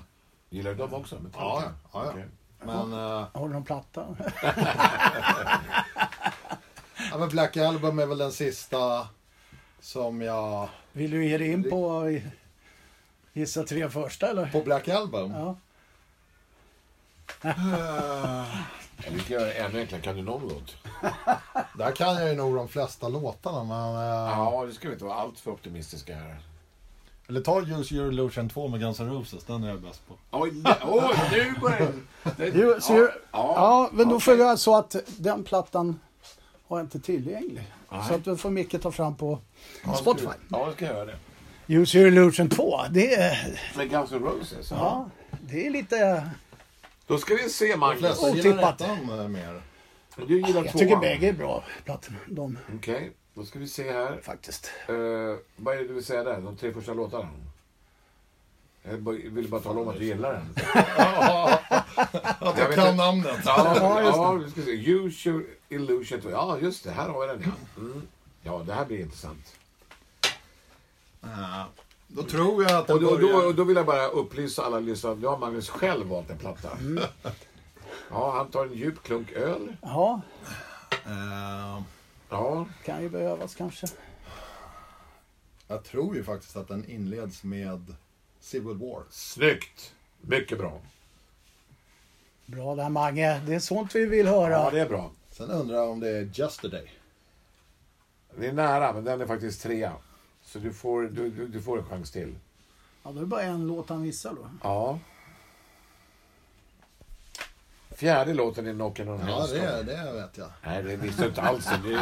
Speaker 2: Gillar du dem också?
Speaker 3: ja, ja. ja.
Speaker 2: Okej.
Speaker 3: Men, eh,
Speaker 1: Har du någon platta?
Speaker 3: ja, men Black Album är väl den sista som jag...
Speaker 1: Vill du ge dig in på eh, gissa tre första eller?
Speaker 3: På Black Album?
Speaker 1: Ja.
Speaker 3: Eh,
Speaker 2: Vi ska göra det ännu enklare. Kan du någon låt?
Speaker 3: Där kan jag ju nog de flesta låtarna, men... eh,
Speaker 2: Ja, det ska vi inte vara allt för optimistiska här.
Speaker 4: Eller ta Use Your Illusion 2 med Guns N' Roses, den är jag bäst på.
Speaker 2: Oj, nej, oj nu börjar det...
Speaker 1: Jo, så ju- ja, men då får vi
Speaker 2: okej.
Speaker 1: göra så att den plattan har jag inte tillgänglig. Så att du får Micke ta fram på Spotify.
Speaker 2: Ja, jag ska göra det.
Speaker 1: Use Your Illusion 2, det är,
Speaker 2: Med Guns N' Roses? Ja.
Speaker 1: ja, det är lite...
Speaker 2: Då ska vi se,
Speaker 3: De
Speaker 2: Magnus.
Speaker 3: flesta gillar
Speaker 1: Otippat.
Speaker 3: ettan eh, mer.
Speaker 2: Du gillar
Speaker 1: Jag
Speaker 2: tvåan.
Speaker 1: tycker bägge är bra plattorna, de
Speaker 2: Okej, då ska vi se här.
Speaker 1: faktiskt.
Speaker 2: Eh, vad är det du vill säga där? De tre första låtarna? Jag bara- vill bara tala om att du gillar den.
Speaker 3: Att
Speaker 2: Jag
Speaker 3: jag
Speaker 2: vet
Speaker 3: kan
Speaker 2: inte.
Speaker 3: namnet.
Speaker 2: Ja, ja vi ska se. Use your illusion. to- Ja, just det. Här har vi den, ja. Mm. Ja, det här blir intressant.
Speaker 3: Eh, Då tror jag att
Speaker 2: Och
Speaker 3: den
Speaker 2: då, och då,
Speaker 3: börjar...
Speaker 2: och då vill jag bara upplysa alla lyssnare. Nu har Magnus själv valt en platta.
Speaker 3: Mm.
Speaker 2: Ja, han tar en djup klunk öl.
Speaker 1: Ja,
Speaker 3: Eh,
Speaker 2: Ja,
Speaker 1: kan ju behövas kanske.
Speaker 3: Jag tror ju faktiskt att den inleds med Civil War.
Speaker 2: snyggt. Mycket bra.
Speaker 1: Bra där Mange, det är sånt vi vill höra.
Speaker 2: Ja, det är bra.
Speaker 3: Sen undrar jag om det är Just a Day.
Speaker 2: Det är nära, men den är faktiskt trea. Så du får, du, du, du får en chans till.
Speaker 1: Ja, då är det bara en låt han missar då.
Speaker 2: Ja. Fjärde låten är Knockin' on
Speaker 3: Ja,
Speaker 2: Hell's
Speaker 3: det, är-
Speaker 2: Door.
Speaker 3: det vet jag.
Speaker 2: Nej, det visste du inte alls. Det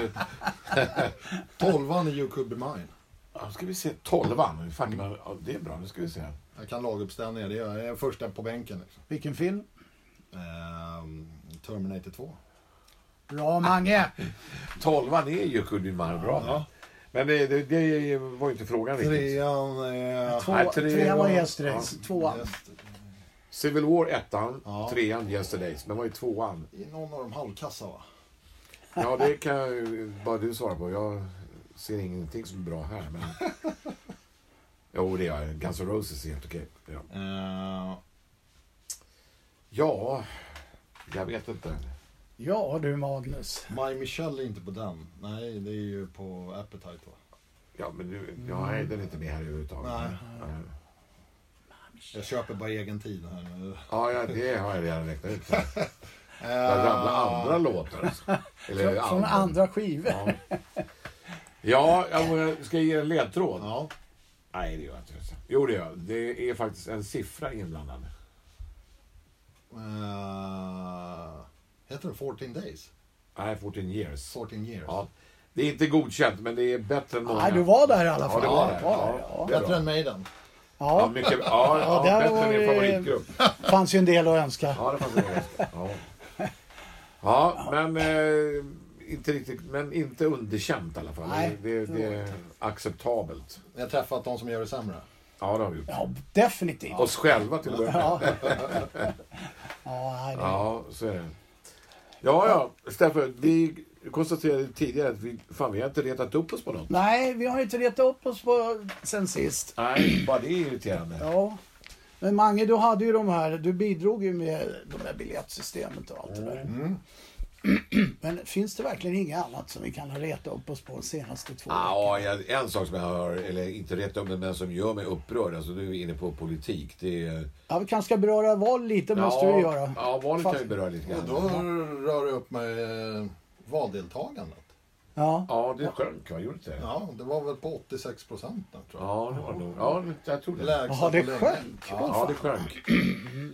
Speaker 2: är,
Speaker 3: Tolvan är You Could Be Mine.
Speaker 2: ja, ska vi se. Tolvan. Fan, men- ja, det är bra. Nu ska vi se. här.
Speaker 3: Jag kan laguppställningar. Det är jag är första på bänken. Liksom.
Speaker 1: Vilken film?
Speaker 3: Ehm, Terminator 2.
Speaker 1: Bra Mange!
Speaker 2: Tolvan är ju Could Be Mine. Bra. Men det, det, det var ju inte frågan riktigt.
Speaker 3: Trean är...
Speaker 1: Två,
Speaker 2: Nej, tre-
Speaker 1: tre var Yesterdays, tvåan.
Speaker 3: Just,
Speaker 2: Civil War ettan,
Speaker 3: Ja.
Speaker 2: trean Yesterdays. Men vad är tvåan?
Speaker 3: i någon av dem halvkassa va?
Speaker 2: Ja, det kan ju bara du svara på. Jag ser ingenting som är bra här. Men... Jo, det gör jag. Guns N' Roses är helt okej. Ja.
Speaker 3: Eh,
Speaker 2: ja, jag vet inte.
Speaker 1: Ja du Magnus.
Speaker 3: My Michelle är inte på den. Nej, det är ju på Appetite va?
Speaker 2: Ja, men nu, ja, nej, den är inte med här överhuvudtaget.
Speaker 3: Nej.
Speaker 2: Nej.
Speaker 3: Jag köper bara egen tid här nu.
Speaker 2: Ja, ja, det har jag redan räknat ut. Det ramlar andra
Speaker 3: Eh,
Speaker 2: låtar. alltså. Eller
Speaker 1: Från
Speaker 2: album.
Speaker 1: andra skivor.
Speaker 2: Ja, ja jag, må- jag ska ge en ledtråd.
Speaker 3: ja,
Speaker 2: Nej, det gör jag inte. Jo, det gör jag. Det är faktiskt en siffra inblandad.
Speaker 3: Eh, heter den 14 Days?
Speaker 2: Nej, 14 years.
Speaker 3: 14 Years.
Speaker 2: Ja. Det är inte godkänt, men det är bättre än många.
Speaker 1: Nej, du var där i alla
Speaker 2: Ja,
Speaker 1: fall.
Speaker 2: det var det.
Speaker 1: Du
Speaker 2: Ja,
Speaker 1: ja.
Speaker 2: det är
Speaker 3: Bättre
Speaker 2: bra.
Speaker 3: än Maiden.
Speaker 2: Ja,
Speaker 1: Ja,
Speaker 2: mycket, ja, ja,
Speaker 1: där
Speaker 2: bättre
Speaker 1: var
Speaker 2: än min
Speaker 1: vi-
Speaker 2: favoritgrupp.
Speaker 1: fanns ju en del att önska.
Speaker 2: Ja, det fanns det. Ja. ja, men eh, inte riktigt, men inte underkänt i alla fall.
Speaker 1: Nej,
Speaker 2: det, det, det är acceptabelt.
Speaker 3: Jag har träffat de som gör det sämre.
Speaker 2: Ja, det har vi gjort.
Speaker 1: Ja, definitivt.
Speaker 2: Oss själva till att börja med.
Speaker 1: Ja, ja nej, det...
Speaker 2: Ja, så är det. Ja, ja, Steffe, vi konstaterade tidigare att vi, fan, vi har inte retat upp oss på något.
Speaker 1: nej, vi har ju inte retat upp oss på... sen sist.
Speaker 2: Nej, bara det är irriterande.
Speaker 1: Ja. Men Mange, du hade ju de här, du bidrog ju med de där biljettsystemet och allt det där.
Speaker 3: Mm.
Speaker 1: Men finns det verkligen inget annat som vi kan ha retat upp oss på de senaste två
Speaker 2: Ja, jag- en sak som jag hör, eller inte rätt om det, men som gör mig upprörd, alltså nu är vi inne på politik, det är...
Speaker 1: Ja, vi kanske ska beröra val lite måste vi göra.
Speaker 2: Ja, valet kan vi
Speaker 1: Fast-
Speaker 2: beröra lite
Speaker 3: Och
Speaker 2: grann.
Speaker 3: då rör det upp med eh, valdeltagandet.
Speaker 1: Ja.
Speaker 2: Ja, det sjönk, va? Gjorde det inte det?
Speaker 3: Ja, det var väl på 86 procent nu tror jag.
Speaker 2: Ja, det var det nog. Ja, jag tror det.
Speaker 3: Lägsta
Speaker 1: Jaha, det
Speaker 3: på länge.
Speaker 1: sjönk?
Speaker 3: Ja.
Speaker 1: Åh,
Speaker 2: Ja,
Speaker 1: fan.
Speaker 2: det sjönk.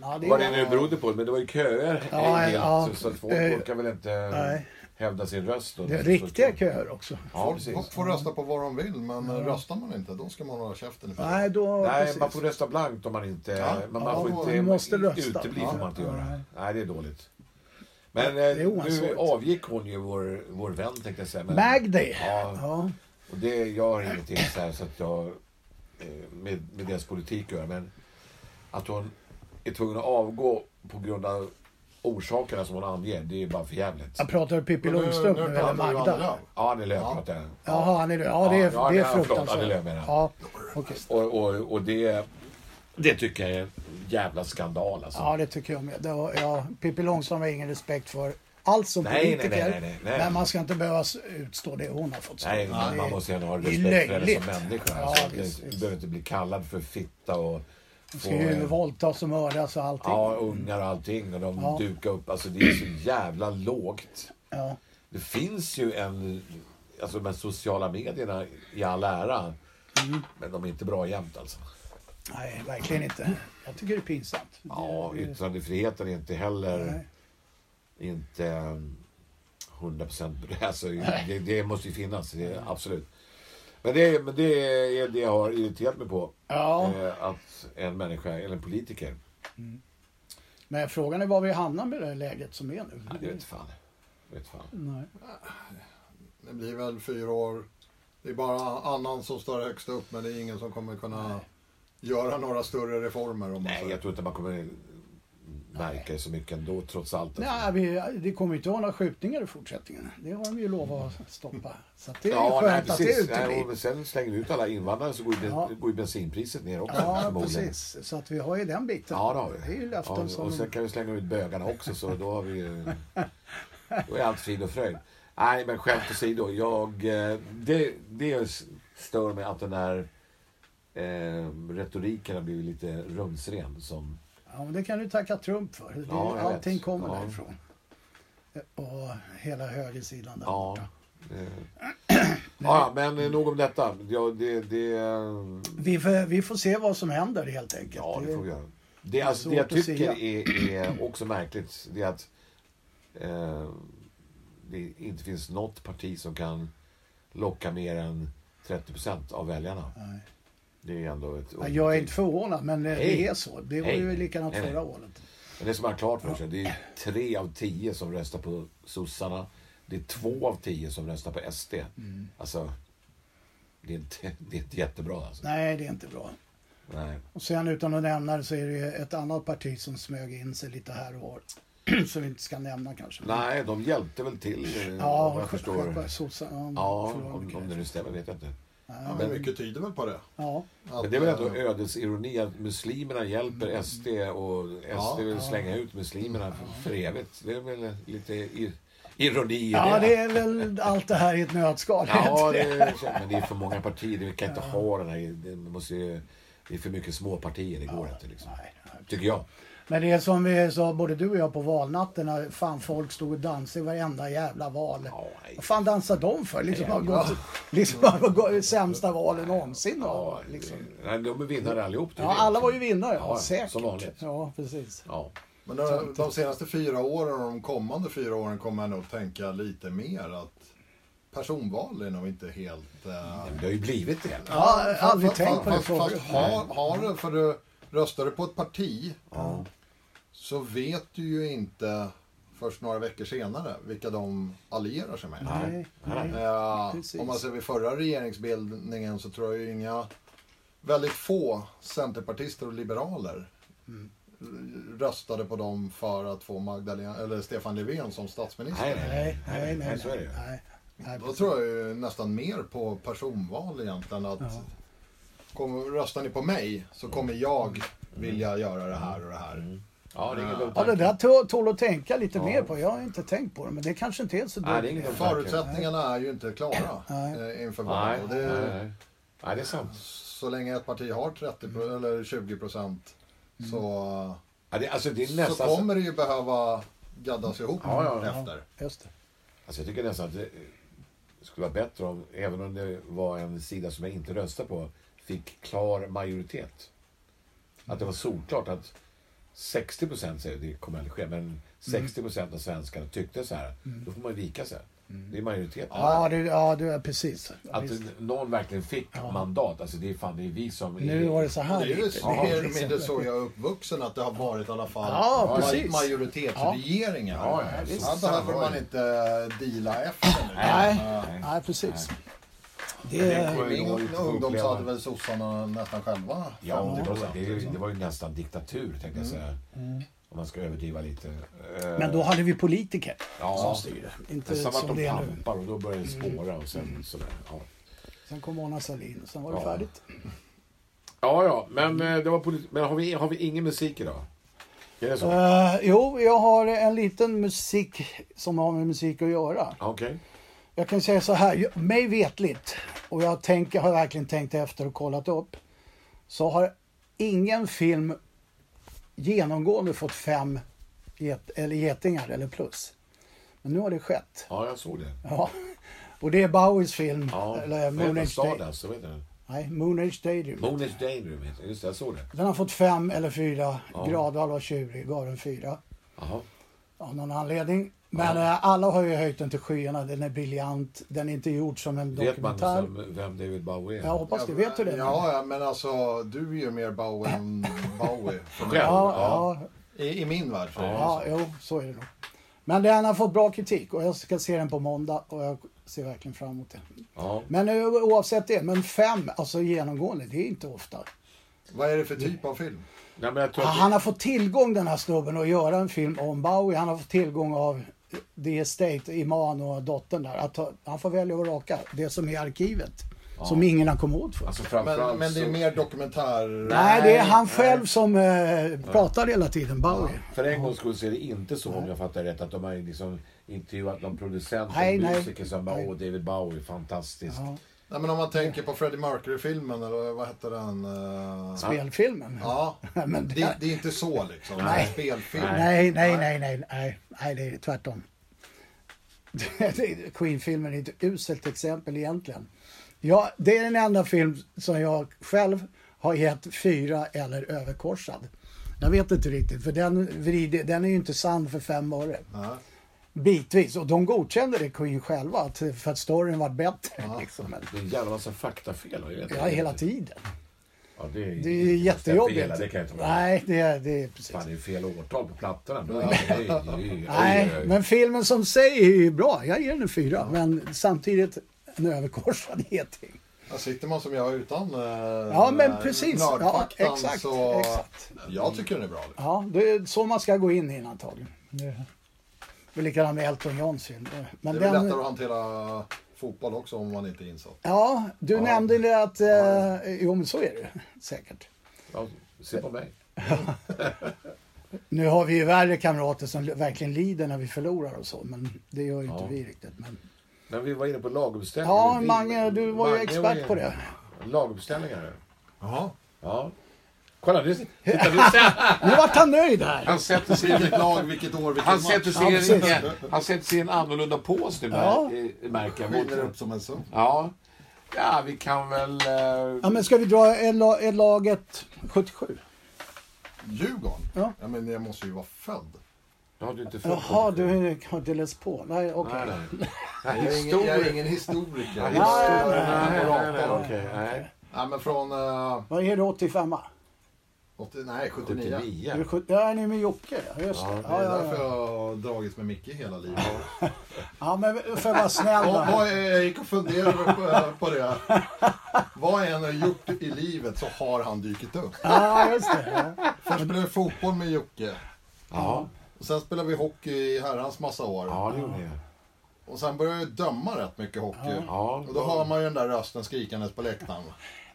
Speaker 1: Ja, det
Speaker 2: Vad
Speaker 1: var-
Speaker 2: det nu berodde på, men det var ju köer
Speaker 1: Ja,
Speaker 2: hej helt,
Speaker 1: ja.
Speaker 2: så- så att folk
Speaker 1: Eh,
Speaker 2: orkar väl inte
Speaker 1: nej.
Speaker 2: hävda sin röst. då.
Speaker 1: Det är riktiga köer också.
Speaker 2: Ja,
Speaker 3: Folk
Speaker 2: precis. Mm.
Speaker 3: får rösta på vad de vill, men röstar man inte då ska man hålla käften. i
Speaker 1: Nej,
Speaker 3: fred.
Speaker 1: då...
Speaker 2: Nej,
Speaker 1: precis.
Speaker 2: man får rösta blankt om man inte...
Speaker 3: Ja,
Speaker 2: men
Speaker 1: ja,
Speaker 2: man får
Speaker 1: man
Speaker 2: inte...
Speaker 1: måste rösta.
Speaker 2: Utebli
Speaker 1: Ja,
Speaker 2: får man inte göra.
Speaker 1: nej.
Speaker 2: Nej, det är dåligt. Men
Speaker 1: är
Speaker 2: eh, nu
Speaker 1: oansvarigt.
Speaker 2: avgick hon ju, vår, vår vän tänkte jag säga. Men,
Speaker 1: Magdi!
Speaker 2: Ja.
Speaker 1: Ja.
Speaker 2: Och det, jag har ingenting så här så att jag... eh, Med, med deras politik att göra, men... Att hon är tvungen att avgå på grund av orsakerna som hon anger, det är ju bara för jävligt.
Speaker 1: Jag pratar om Pippi
Speaker 3: Men nu-
Speaker 1: Långstrump nu,
Speaker 3: nu
Speaker 1: eller
Speaker 3: pratar vi om
Speaker 1: Magda.
Speaker 3: andra.
Speaker 2: Ja, det är
Speaker 3: Ja.
Speaker 2: löpigt. Ja.
Speaker 1: Jaha, han är det. Ja, det är,
Speaker 2: Ja,
Speaker 1: det är
Speaker 2: ja, förlåt.
Speaker 1: fruktansvärt.
Speaker 2: Ja, det är det jag menar.
Speaker 1: Ja, okej.
Speaker 2: Och, och, och det... Det tycker jag är en jävla skandal alltså.
Speaker 1: ja, det tycker jag med. Det var, ja, Pippi Långstrump har jag ingen respekt för alls som
Speaker 2: Nej, nej,
Speaker 1: politiker.
Speaker 2: nej, nej, nej.
Speaker 1: Men man ska inte behöva utstå det hon har fått stå
Speaker 2: Nej,
Speaker 1: med.
Speaker 2: man,
Speaker 1: Det-
Speaker 2: man måste ju ha
Speaker 1: det är
Speaker 2: respekt för henne
Speaker 1: löjligt.
Speaker 2: som människa.
Speaker 1: Ja,
Speaker 2: alltså,
Speaker 1: visst,
Speaker 2: du
Speaker 1: visst.
Speaker 2: behöver inte bli kallad för fitta och...
Speaker 1: Hon
Speaker 2: få,
Speaker 1: ska ju
Speaker 2: eh,
Speaker 1: våldtas och mördas och allting.
Speaker 2: Ja, ungar och allting. Och de
Speaker 1: Ja.
Speaker 2: dukar upp. Alltså det är så jävla lågt.
Speaker 1: Ja.
Speaker 2: Det finns ju en... Alltså de här sociala medierna i all ära.
Speaker 1: Mm.
Speaker 2: Men de är inte bra jämt alltså.
Speaker 1: Nej, verkligen inte. Jag tycker det är pinsamt.
Speaker 2: Ja,
Speaker 1: Det-
Speaker 2: yttrandefriheten är inte heller...
Speaker 1: Nej.
Speaker 2: Inte ehm, 100 procent... Alltså, det, det måste ju finnas, det, absolut. Men det, är- men det är det jag har irriterat mig på.
Speaker 1: Ja,
Speaker 2: Eh, Att en människa, eller en politiker,
Speaker 1: men frågan är var vi hamnar med det här läget som är nu.
Speaker 2: nej, det vet fan. Det vet fan.
Speaker 1: Nej.
Speaker 3: Det blir väl fyra år. Det är bara annan som står högst upp, men det är ingen som kommer kunna göra några större reformer. Om man
Speaker 2: Nej,
Speaker 3: säger.
Speaker 2: jag tror inte man kommer märka så mycket ändå, trots allt.
Speaker 1: Nej,
Speaker 2: alltså.
Speaker 1: vi, det kommer ju inte att vara några skjutningar i fortsättningen. Det har de ju lovat att stoppa. Så att det är
Speaker 2: Ja,
Speaker 1: ja,
Speaker 2: nej,
Speaker 1: skönt att det
Speaker 2: precis. Nej, och
Speaker 1: uteblir.
Speaker 2: men sen slänger vi ut alla invandrare så går ju, ben,
Speaker 1: Ja.
Speaker 2: går ju bensinpriset ner också.
Speaker 1: Ja,
Speaker 2: förmodligen.
Speaker 1: precis. Så att vi har ju den biten.
Speaker 2: Ja, det har vi.
Speaker 1: Det är ju löften
Speaker 2: ja,
Speaker 1: som...
Speaker 2: och sen kan vi slänga ut bögarna också, så då har vi ju... Då är allt frid och fröjd. Nej, men skämt åsido. Jag, eh, det, det stör mig att den här eh, retoriken har blivit lite rumsren. Som,
Speaker 1: Ja, men det kan du tacka Trump för. Det,
Speaker 2: Ja, jag
Speaker 1: allting
Speaker 2: vet.
Speaker 1: kommer
Speaker 2: Ja.
Speaker 1: därifrån. Och hela högersidan där
Speaker 2: ja,
Speaker 1: borta.
Speaker 2: eh, ja, men eh, nog om detta. Ja, det, det, eh,
Speaker 1: Vi får, vi får se vad som händer helt enkelt.
Speaker 2: ja, det
Speaker 1: Det-
Speaker 2: får vi göra. Det, alltså,
Speaker 1: svårt
Speaker 2: det jag
Speaker 1: att
Speaker 2: tycker
Speaker 1: säga.
Speaker 2: är, är också märkligt, det är att eh, det inte finns något parti som kan locka mer än 30 procent av väljarna.
Speaker 1: Nej.
Speaker 2: Det är ändå ett
Speaker 1: Ja, Jag är inte förvånad, men eh,
Speaker 2: Nej.
Speaker 1: det är så. Det var ju
Speaker 2: Nej.
Speaker 1: likadant
Speaker 2: Nej, nej.
Speaker 1: förra året.
Speaker 2: Men det som man har klart för sig, det är tre av tio som röstar på sossarna. Det är två av tio som röstar på SD.
Speaker 1: Mm.
Speaker 2: Alltså, det är, inte, det är inte jättebra alltså.
Speaker 1: Nej, det är inte bra.
Speaker 2: Nej.
Speaker 1: Och sen utan att nämna det så är det ju ett annat parti som smög in sig lite här och var. som vi inte ska nämna kanske.
Speaker 2: Nej, de hjälpte väl till, ja,
Speaker 1: Ja,
Speaker 2: vad jag
Speaker 1: sj-
Speaker 2: förstår.
Speaker 1: själva sossarna.
Speaker 2: Ja,
Speaker 1: förlorar
Speaker 2: om,
Speaker 1: mycket.
Speaker 2: om det nu stämmer vet jag inte.
Speaker 3: Ja, men mycket tyder väl på det.
Speaker 1: Ja,
Speaker 3: Att,
Speaker 2: Men det är väl ändå
Speaker 3: eh,
Speaker 2: ödesironi att muslimerna hjälper SD och SD
Speaker 3: Ja,
Speaker 2: vill slänga ut muslimerna för, för evigt. Det är väl lite ir- ironi i
Speaker 1: ja det är väl allt det här i ett nötskal.
Speaker 2: Ja, det är, men det är för många partier. Vi kan inte ha den här... Det, måste ju, det är för mycket småpartier. Det går inte liksom.
Speaker 1: Nej, nej.
Speaker 2: Tycker jag.
Speaker 1: Men det är som vi sa, både du och jag, på valnatten. När fan folk stod och dansade i varenda jävla val.
Speaker 2: Ja, nej.
Speaker 1: Vad fan dansar de för? Liksom, bara gått, liksom bara gått, sämsta valen någonsin.
Speaker 2: Ja,
Speaker 1: Ja, liksom.
Speaker 2: nej, de är vinnare allihop. det är
Speaker 1: ja,
Speaker 2: det.
Speaker 1: alla var ju vinnare.
Speaker 2: Ja,
Speaker 1: Ja,
Speaker 2: ja,
Speaker 1: säkert.
Speaker 2: som vanligt.
Speaker 1: Ja, precis.
Speaker 2: Ja.
Speaker 3: Men de, de senaste fyra åren och de kommande fyra åren kommer jag nog tänka lite mer att personval är nog inte helt... eh,
Speaker 2: Det har ju blivit det.
Speaker 1: Ja, jag har aldrig
Speaker 3: fast-
Speaker 1: tänkt på det
Speaker 3: fast-
Speaker 1: förut.
Speaker 3: Fast har, har du, för du röstar du på ett parti så vet du ju inte först några veckor senare vilka de allierar sig med.
Speaker 1: Nej, nej.
Speaker 3: Eh,
Speaker 1: Precis.
Speaker 3: om man ser vid förra regeringsbildningen så tror jag ju inga, väldigt få centerpartister och liberaler
Speaker 1: Mm.
Speaker 3: r- röstade på dem för att få Magdalena, eller Stefan Löfven som statsminister.
Speaker 2: Nej,
Speaker 1: Nej, nej, nej.
Speaker 2: Så är det ju.
Speaker 1: nej. nej.
Speaker 3: Då tror jag ju nästan mer på personval egentligen. Att
Speaker 1: Ja.
Speaker 3: kommer, röstar ni på mig så kommer jag vilja göra det här och det här.
Speaker 2: Mm. Ja, det är ingen dum
Speaker 1: Ja, det
Speaker 2: tanke.
Speaker 1: där tå- tål att tänka lite
Speaker 2: Ja.
Speaker 1: mer på. Jag har inte tänkt på det, men det kanske inte är så
Speaker 2: Nej, det är
Speaker 1: dumt.
Speaker 2: ingen dum tanke.
Speaker 3: Förutsättningarna är ju inte klara
Speaker 1: Nej.
Speaker 3: eh, inför
Speaker 2: Nej,
Speaker 3: valet. Och
Speaker 2: nej,
Speaker 3: det-
Speaker 2: nej. Nej, det är sant.
Speaker 3: Så länge ett parti har 30 pro-
Speaker 1: Mm.
Speaker 3: eller 20 procent så,
Speaker 2: Ja, det, alltså, det är
Speaker 3: så
Speaker 2: nästan... Så
Speaker 3: kommer det ju behöva gaddas ihop
Speaker 2: Ja, ja, ja.
Speaker 3: efter.
Speaker 1: Just det.
Speaker 2: alltså, jag tycker nästan att det skulle vara bättre om, även om det var en sida som jag inte röstade på, fick klar majoritet. Att det var solklart att 60 procent säger det kommer aldrig ske,
Speaker 1: Mm.
Speaker 2: men 60 procent av svenskarna tyckte så här. Då får man ju vika sig. Det är majoriteten.
Speaker 1: Mm. Ja, du, ja, du är precis. Ja,
Speaker 2: Att
Speaker 1: visst.
Speaker 2: någon verkligen fick mandat. Alltså det är fan, det är vi som...
Speaker 1: Nu var det så
Speaker 3: Och
Speaker 1: här.
Speaker 3: Det är ju
Speaker 1: lite.
Speaker 3: det är ju
Speaker 1: liksom-
Speaker 3: med det så jag är uppvuxen att det har varit i alla fall
Speaker 1: Ja,
Speaker 3: ma-
Speaker 1: precis.
Speaker 3: majoritetsregeringar.
Speaker 2: Ja, ja, visst.
Speaker 3: Här behöver man inte eh, deala efter nu.
Speaker 1: Nej, nej, precis. Det
Speaker 2: Det
Speaker 1: är...
Speaker 2: kommer-
Speaker 3: I
Speaker 2: Det var ju
Speaker 3: min
Speaker 2: inte
Speaker 3: ungdom så
Speaker 2: uppleva.
Speaker 3: hade väl sossarna nästan själva
Speaker 2: Ja,
Speaker 3: 50
Speaker 2: det var,
Speaker 3: procent.
Speaker 2: det, det var ju nästan diktatur, tänkte jag säga. Om man ska överdriva lite. Eh,
Speaker 1: Mm. Men då hade vi politiker
Speaker 2: Ja.
Speaker 1: som styrde. Inte
Speaker 2: men sen vart
Speaker 1: som det
Speaker 2: de
Speaker 1: är nu. Mm.
Speaker 2: pampar och då började det spåra och sen sådär. Ja,
Speaker 1: Sen kom Mona Sahlin, sen var det
Speaker 2: Ja.
Speaker 1: färdigt.
Speaker 2: ja, ja men, eh, det var polit- men har, vi, har vi ingen musik idag? Är det så? Ja,
Speaker 1: Eh, jo, jag har en liten musik som har med musik att göra.
Speaker 2: Okej.
Speaker 1: Jag kan säga så här, jag- mig vetligt, och jag tänker, har verkligen tänkt efter och kollat upp, så har ingen film genomgående fått fem get, eller getingar eller plus. Men nu har det skett.
Speaker 2: Ja, jag såg det.
Speaker 1: Ja. Och det är Bowies film,
Speaker 2: Ja,
Speaker 1: eller
Speaker 2: vad heter
Speaker 1: Moon
Speaker 2: den?
Speaker 1: Age, Day,
Speaker 2: Stardust, vad heter den?
Speaker 1: nej, Moon Age Stadium.
Speaker 2: Moon Age Daydream heter den. Just det, jag såg det.
Speaker 1: Den har fått fem eller fyra.
Speaker 2: Ja.
Speaker 1: Gradvall var 20, gav den fyra.
Speaker 2: Jaha.
Speaker 1: Av någon anledning. Men eh, alla har ju höjt den till skyarna. Den är briljant. Den är inte gjord som en
Speaker 2: Vet man
Speaker 1: dokumentär.
Speaker 2: som, vem David Bowie är?
Speaker 1: Jag hoppas det. Vet du det?
Speaker 3: Ja, ja, men alltså du är ju mer Bowie än Bowie. för mig.
Speaker 2: Själv?
Speaker 1: Ja, ja,
Speaker 3: I, I min värld så är det
Speaker 1: ja, jo, så är det nog. Men den har fått bra kritik och jag ska se den på måndag och jag ser verkligen fram emot det.
Speaker 2: ja.
Speaker 1: Men eh, oavsett det, men fem, alltså genomgående, det är inte ofta.
Speaker 3: Vad är det för typ av film?
Speaker 2: Nej, men jag tror att
Speaker 1: Ah, Han har fått tillgång den här snubben att göra en film om Bowie. Han har fått tillgång av The Estate, Iman och dottern där. Att ta, han får välja och raka det som är i arkivet. Som ingen har kommit åt för.
Speaker 2: Alltså framförallt
Speaker 3: Men, men det är
Speaker 2: så-
Speaker 3: mer dokumentär...
Speaker 1: nej, det är han själv som eh, pratar hela tiden, Bowie.
Speaker 2: För en gångs skull så är det inte så om jag fattar rätt att de har liksom intervjuat någon producent
Speaker 1: Nej,
Speaker 2: eller
Speaker 1: nej.
Speaker 2: musiker som bara
Speaker 1: Nej.
Speaker 2: åh David Bowie, fantastisk.
Speaker 1: Ja.
Speaker 3: Nej, men om man tänker på Freddie Mercury-filmen, eller vad hette den? eh,
Speaker 1: Spelfilmen.
Speaker 3: Ja,
Speaker 1: Men det-
Speaker 3: det, det är inte så liksom. Det är en spelfilm.
Speaker 1: Nej, nej, nej, nej, nej, nej, det är tvärtom. Det- det- Queen-filmen är ett uselt exempel egentligen. Ja, det är den enda film som jag själv har gett fyra eller överkorsad. Jag vet inte riktigt, för den, vrider, den är ju inte sann för fem öre.
Speaker 3: Ja.
Speaker 1: Bitvis, och de godkände det Queen själva, att, för att storyn var bättre. Liksom. Men,
Speaker 2: Det är en jävla massa faktafel. har jag vet
Speaker 1: ja, hela tiden.
Speaker 2: Ja, det är,
Speaker 1: Det är jättejobbigt.
Speaker 2: Fel, det kan jag inte vara. Nej.
Speaker 1: Nej, det är, det är precis.
Speaker 2: Fan, det är fel årtal på plattorna. Då är det, oj, oj,
Speaker 1: Nej,
Speaker 2: oj, oj.
Speaker 1: men filmen som sig är ju bra. Jag ger den en fyra, men samtidigt en överkorsad geting.
Speaker 3: Där sitter man som jag utan eh,
Speaker 1: Ja, men
Speaker 3: eh,
Speaker 1: precis. Ja,
Speaker 3: nördfaktan,
Speaker 1: exakt,
Speaker 3: så
Speaker 1: exakt.
Speaker 3: jag tycker den är bra. Liksom.
Speaker 1: Ja, det är så man ska gå in i den antagligen. Det det är likadant med Elton Johns film. Men
Speaker 3: Det är väl
Speaker 1: den,
Speaker 3: lättare att hantera fotboll också om man inte är insatt.
Speaker 1: ja, du nämnde det att... Eh, jo, men så är det säkert.
Speaker 2: Ja, se på mig.
Speaker 1: Nu har vi ju värre kamrater som verkligen lider när vi förlorar och så, men det gör ju inte
Speaker 2: Ja.
Speaker 1: vi riktigt. Men...
Speaker 2: När vi var inne på laguppställningar.
Speaker 1: Ja,
Speaker 2: Vi-
Speaker 1: Mange, du var ju
Speaker 2: Mange
Speaker 1: expert på det.
Speaker 2: Laguppställningar.
Speaker 3: Jaha.
Speaker 2: Ja. Kolla, nu, titta, nu, sä-
Speaker 1: Nu vart han nöjd här!
Speaker 2: han sätter sig i
Speaker 3: Vilket lag, vilket år, vilken
Speaker 2: Han
Speaker 3: match.
Speaker 2: sätter,
Speaker 1: Ja,
Speaker 2: sig i
Speaker 1: precis.
Speaker 2: en, han sätter sig i en annorlunda pås nu,
Speaker 1: Ja.
Speaker 2: mär, eh, märker jag.
Speaker 3: Skiner
Speaker 2: Mot-
Speaker 3: upp som en sån.
Speaker 2: Ja. ja, vi kan väl... eh,
Speaker 1: Ja, men ska vi dra är la- är laget 77?
Speaker 3: Djurgården?
Speaker 1: Ja.
Speaker 3: ja. Men jag måste ju vara född.
Speaker 2: Då har du inte fått
Speaker 1: Jaha,
Speaker 2: det.
Speaker 1: du har inte läst på? Nej, okej.
Speaker 2: Nej, nej.
Speaker 3: Jag är ingen, jag är ingen historiker.
Speaker 2: Ja,
Speaker 3: Jag
Speaker 2: historia.
Speaker 1: nej,
Speaker 2: Nej, nej, nej,
Speaker 3: nej,
Speaker 2: okej, nej.
Speaker 3: men från... eh,
Speaker 1: Vad är det 85?
Speaker 3: 80, nej, 79.
Speaker 1: Ja. Är det
Speaker 2: 79.
Speaker 1: 70? Ja, ni är med Jocke, ja, just
Speaker 2: Ja,
Speaker 1: det.
Speaker 2: det
Speaker 3: Det
Speaker 1: Ja,
Speaker 3: är
Speaker 1: ja,
Speaker 3: därför
Speaker 1: ja.
Speaker 3: jag har dragits med Micke hela livet.
Speaker 1: ja, men för att vara snäll
Speaker 3: Och
Speaker 1: då.
Speaker 3: vad, jag gick och funderade på, på det. Vad jag än har gjort i livet så har han dykt upp.
Speaker 1: Ja, just det. Ja.
Speaker 3: Först spelade vi fotboll med Jocke.
Speaker 2: Ja,
Speaker 3: Och sen spelade vi hockey i herrans massa år.
Speaker 2: ja det gjorde jag.
Speaker 3: Och sen började jag döma rätt mycket hockey.
Speaker 2: Ja.
Speaker 3: Och då hör man ju den där rösten skrikandes på läktaren.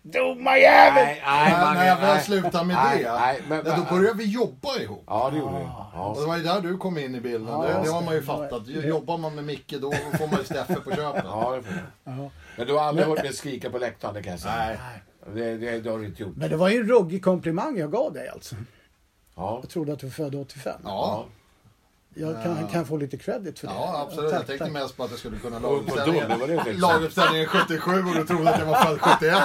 Speaker 1: Domarjävel!
Speaker 2: Nej, nej,
Speaker 3: Men när jag
Speaker 2: Mange,
Speaker 3: väl
Speaker 2: nej.
Speaker 3: slutade med
Speaker 2: Nej,
Speaker 3: det,
Speaker 2: nej, men-
Speaker 3: nej, då började vi jobba ihop.
Speaker 2: Ja, det gjorde jag.
Speaker 3: Och det
Speaker 2: Ja.
Speaker 3: var ju där du kom in i bilden.
Speaker 1: Ja,
Speaker 3: det,
Speaker 1: just
Speaker 3: det har man ju
Speaker 1: det.
Speaker 3: fattat. Jo- Jobbar man med Micke då får man ju Steffe på köpet.
Speaker 2: Ja, det får jag.
Speaker 1: Ja.
Speaker 2: Men du har aldrig hört mig skrika på läktaren, det kan jag säga.
Speaker 3: Nej.
Speaker 1: Nej.
Speaker 2: Det, det, det har du inte gjort.
Speaker 1: Men det var ju en ruggig komplimang jag gav dig alltså.
Speaker 2: Ja.
Speaker 1: Jag trodde att du var född 85.
Speaker 3: Ja,
Speaker 1: Jag kan, kan få lite credit för det.
Speaker 3: ja absolut.
Speaker 1: Tack,
Speaker 3: Jag tänkte
Speaker 1: tack.
Speaker 3: mest på att jag skulle kunna
Speaker 2: Och på Donne, var det
Speaker 3: laguppställningen,
Speaker 2: liksom?
Speaker 3: laguppställningen 77 och du trodde att jag var född 71.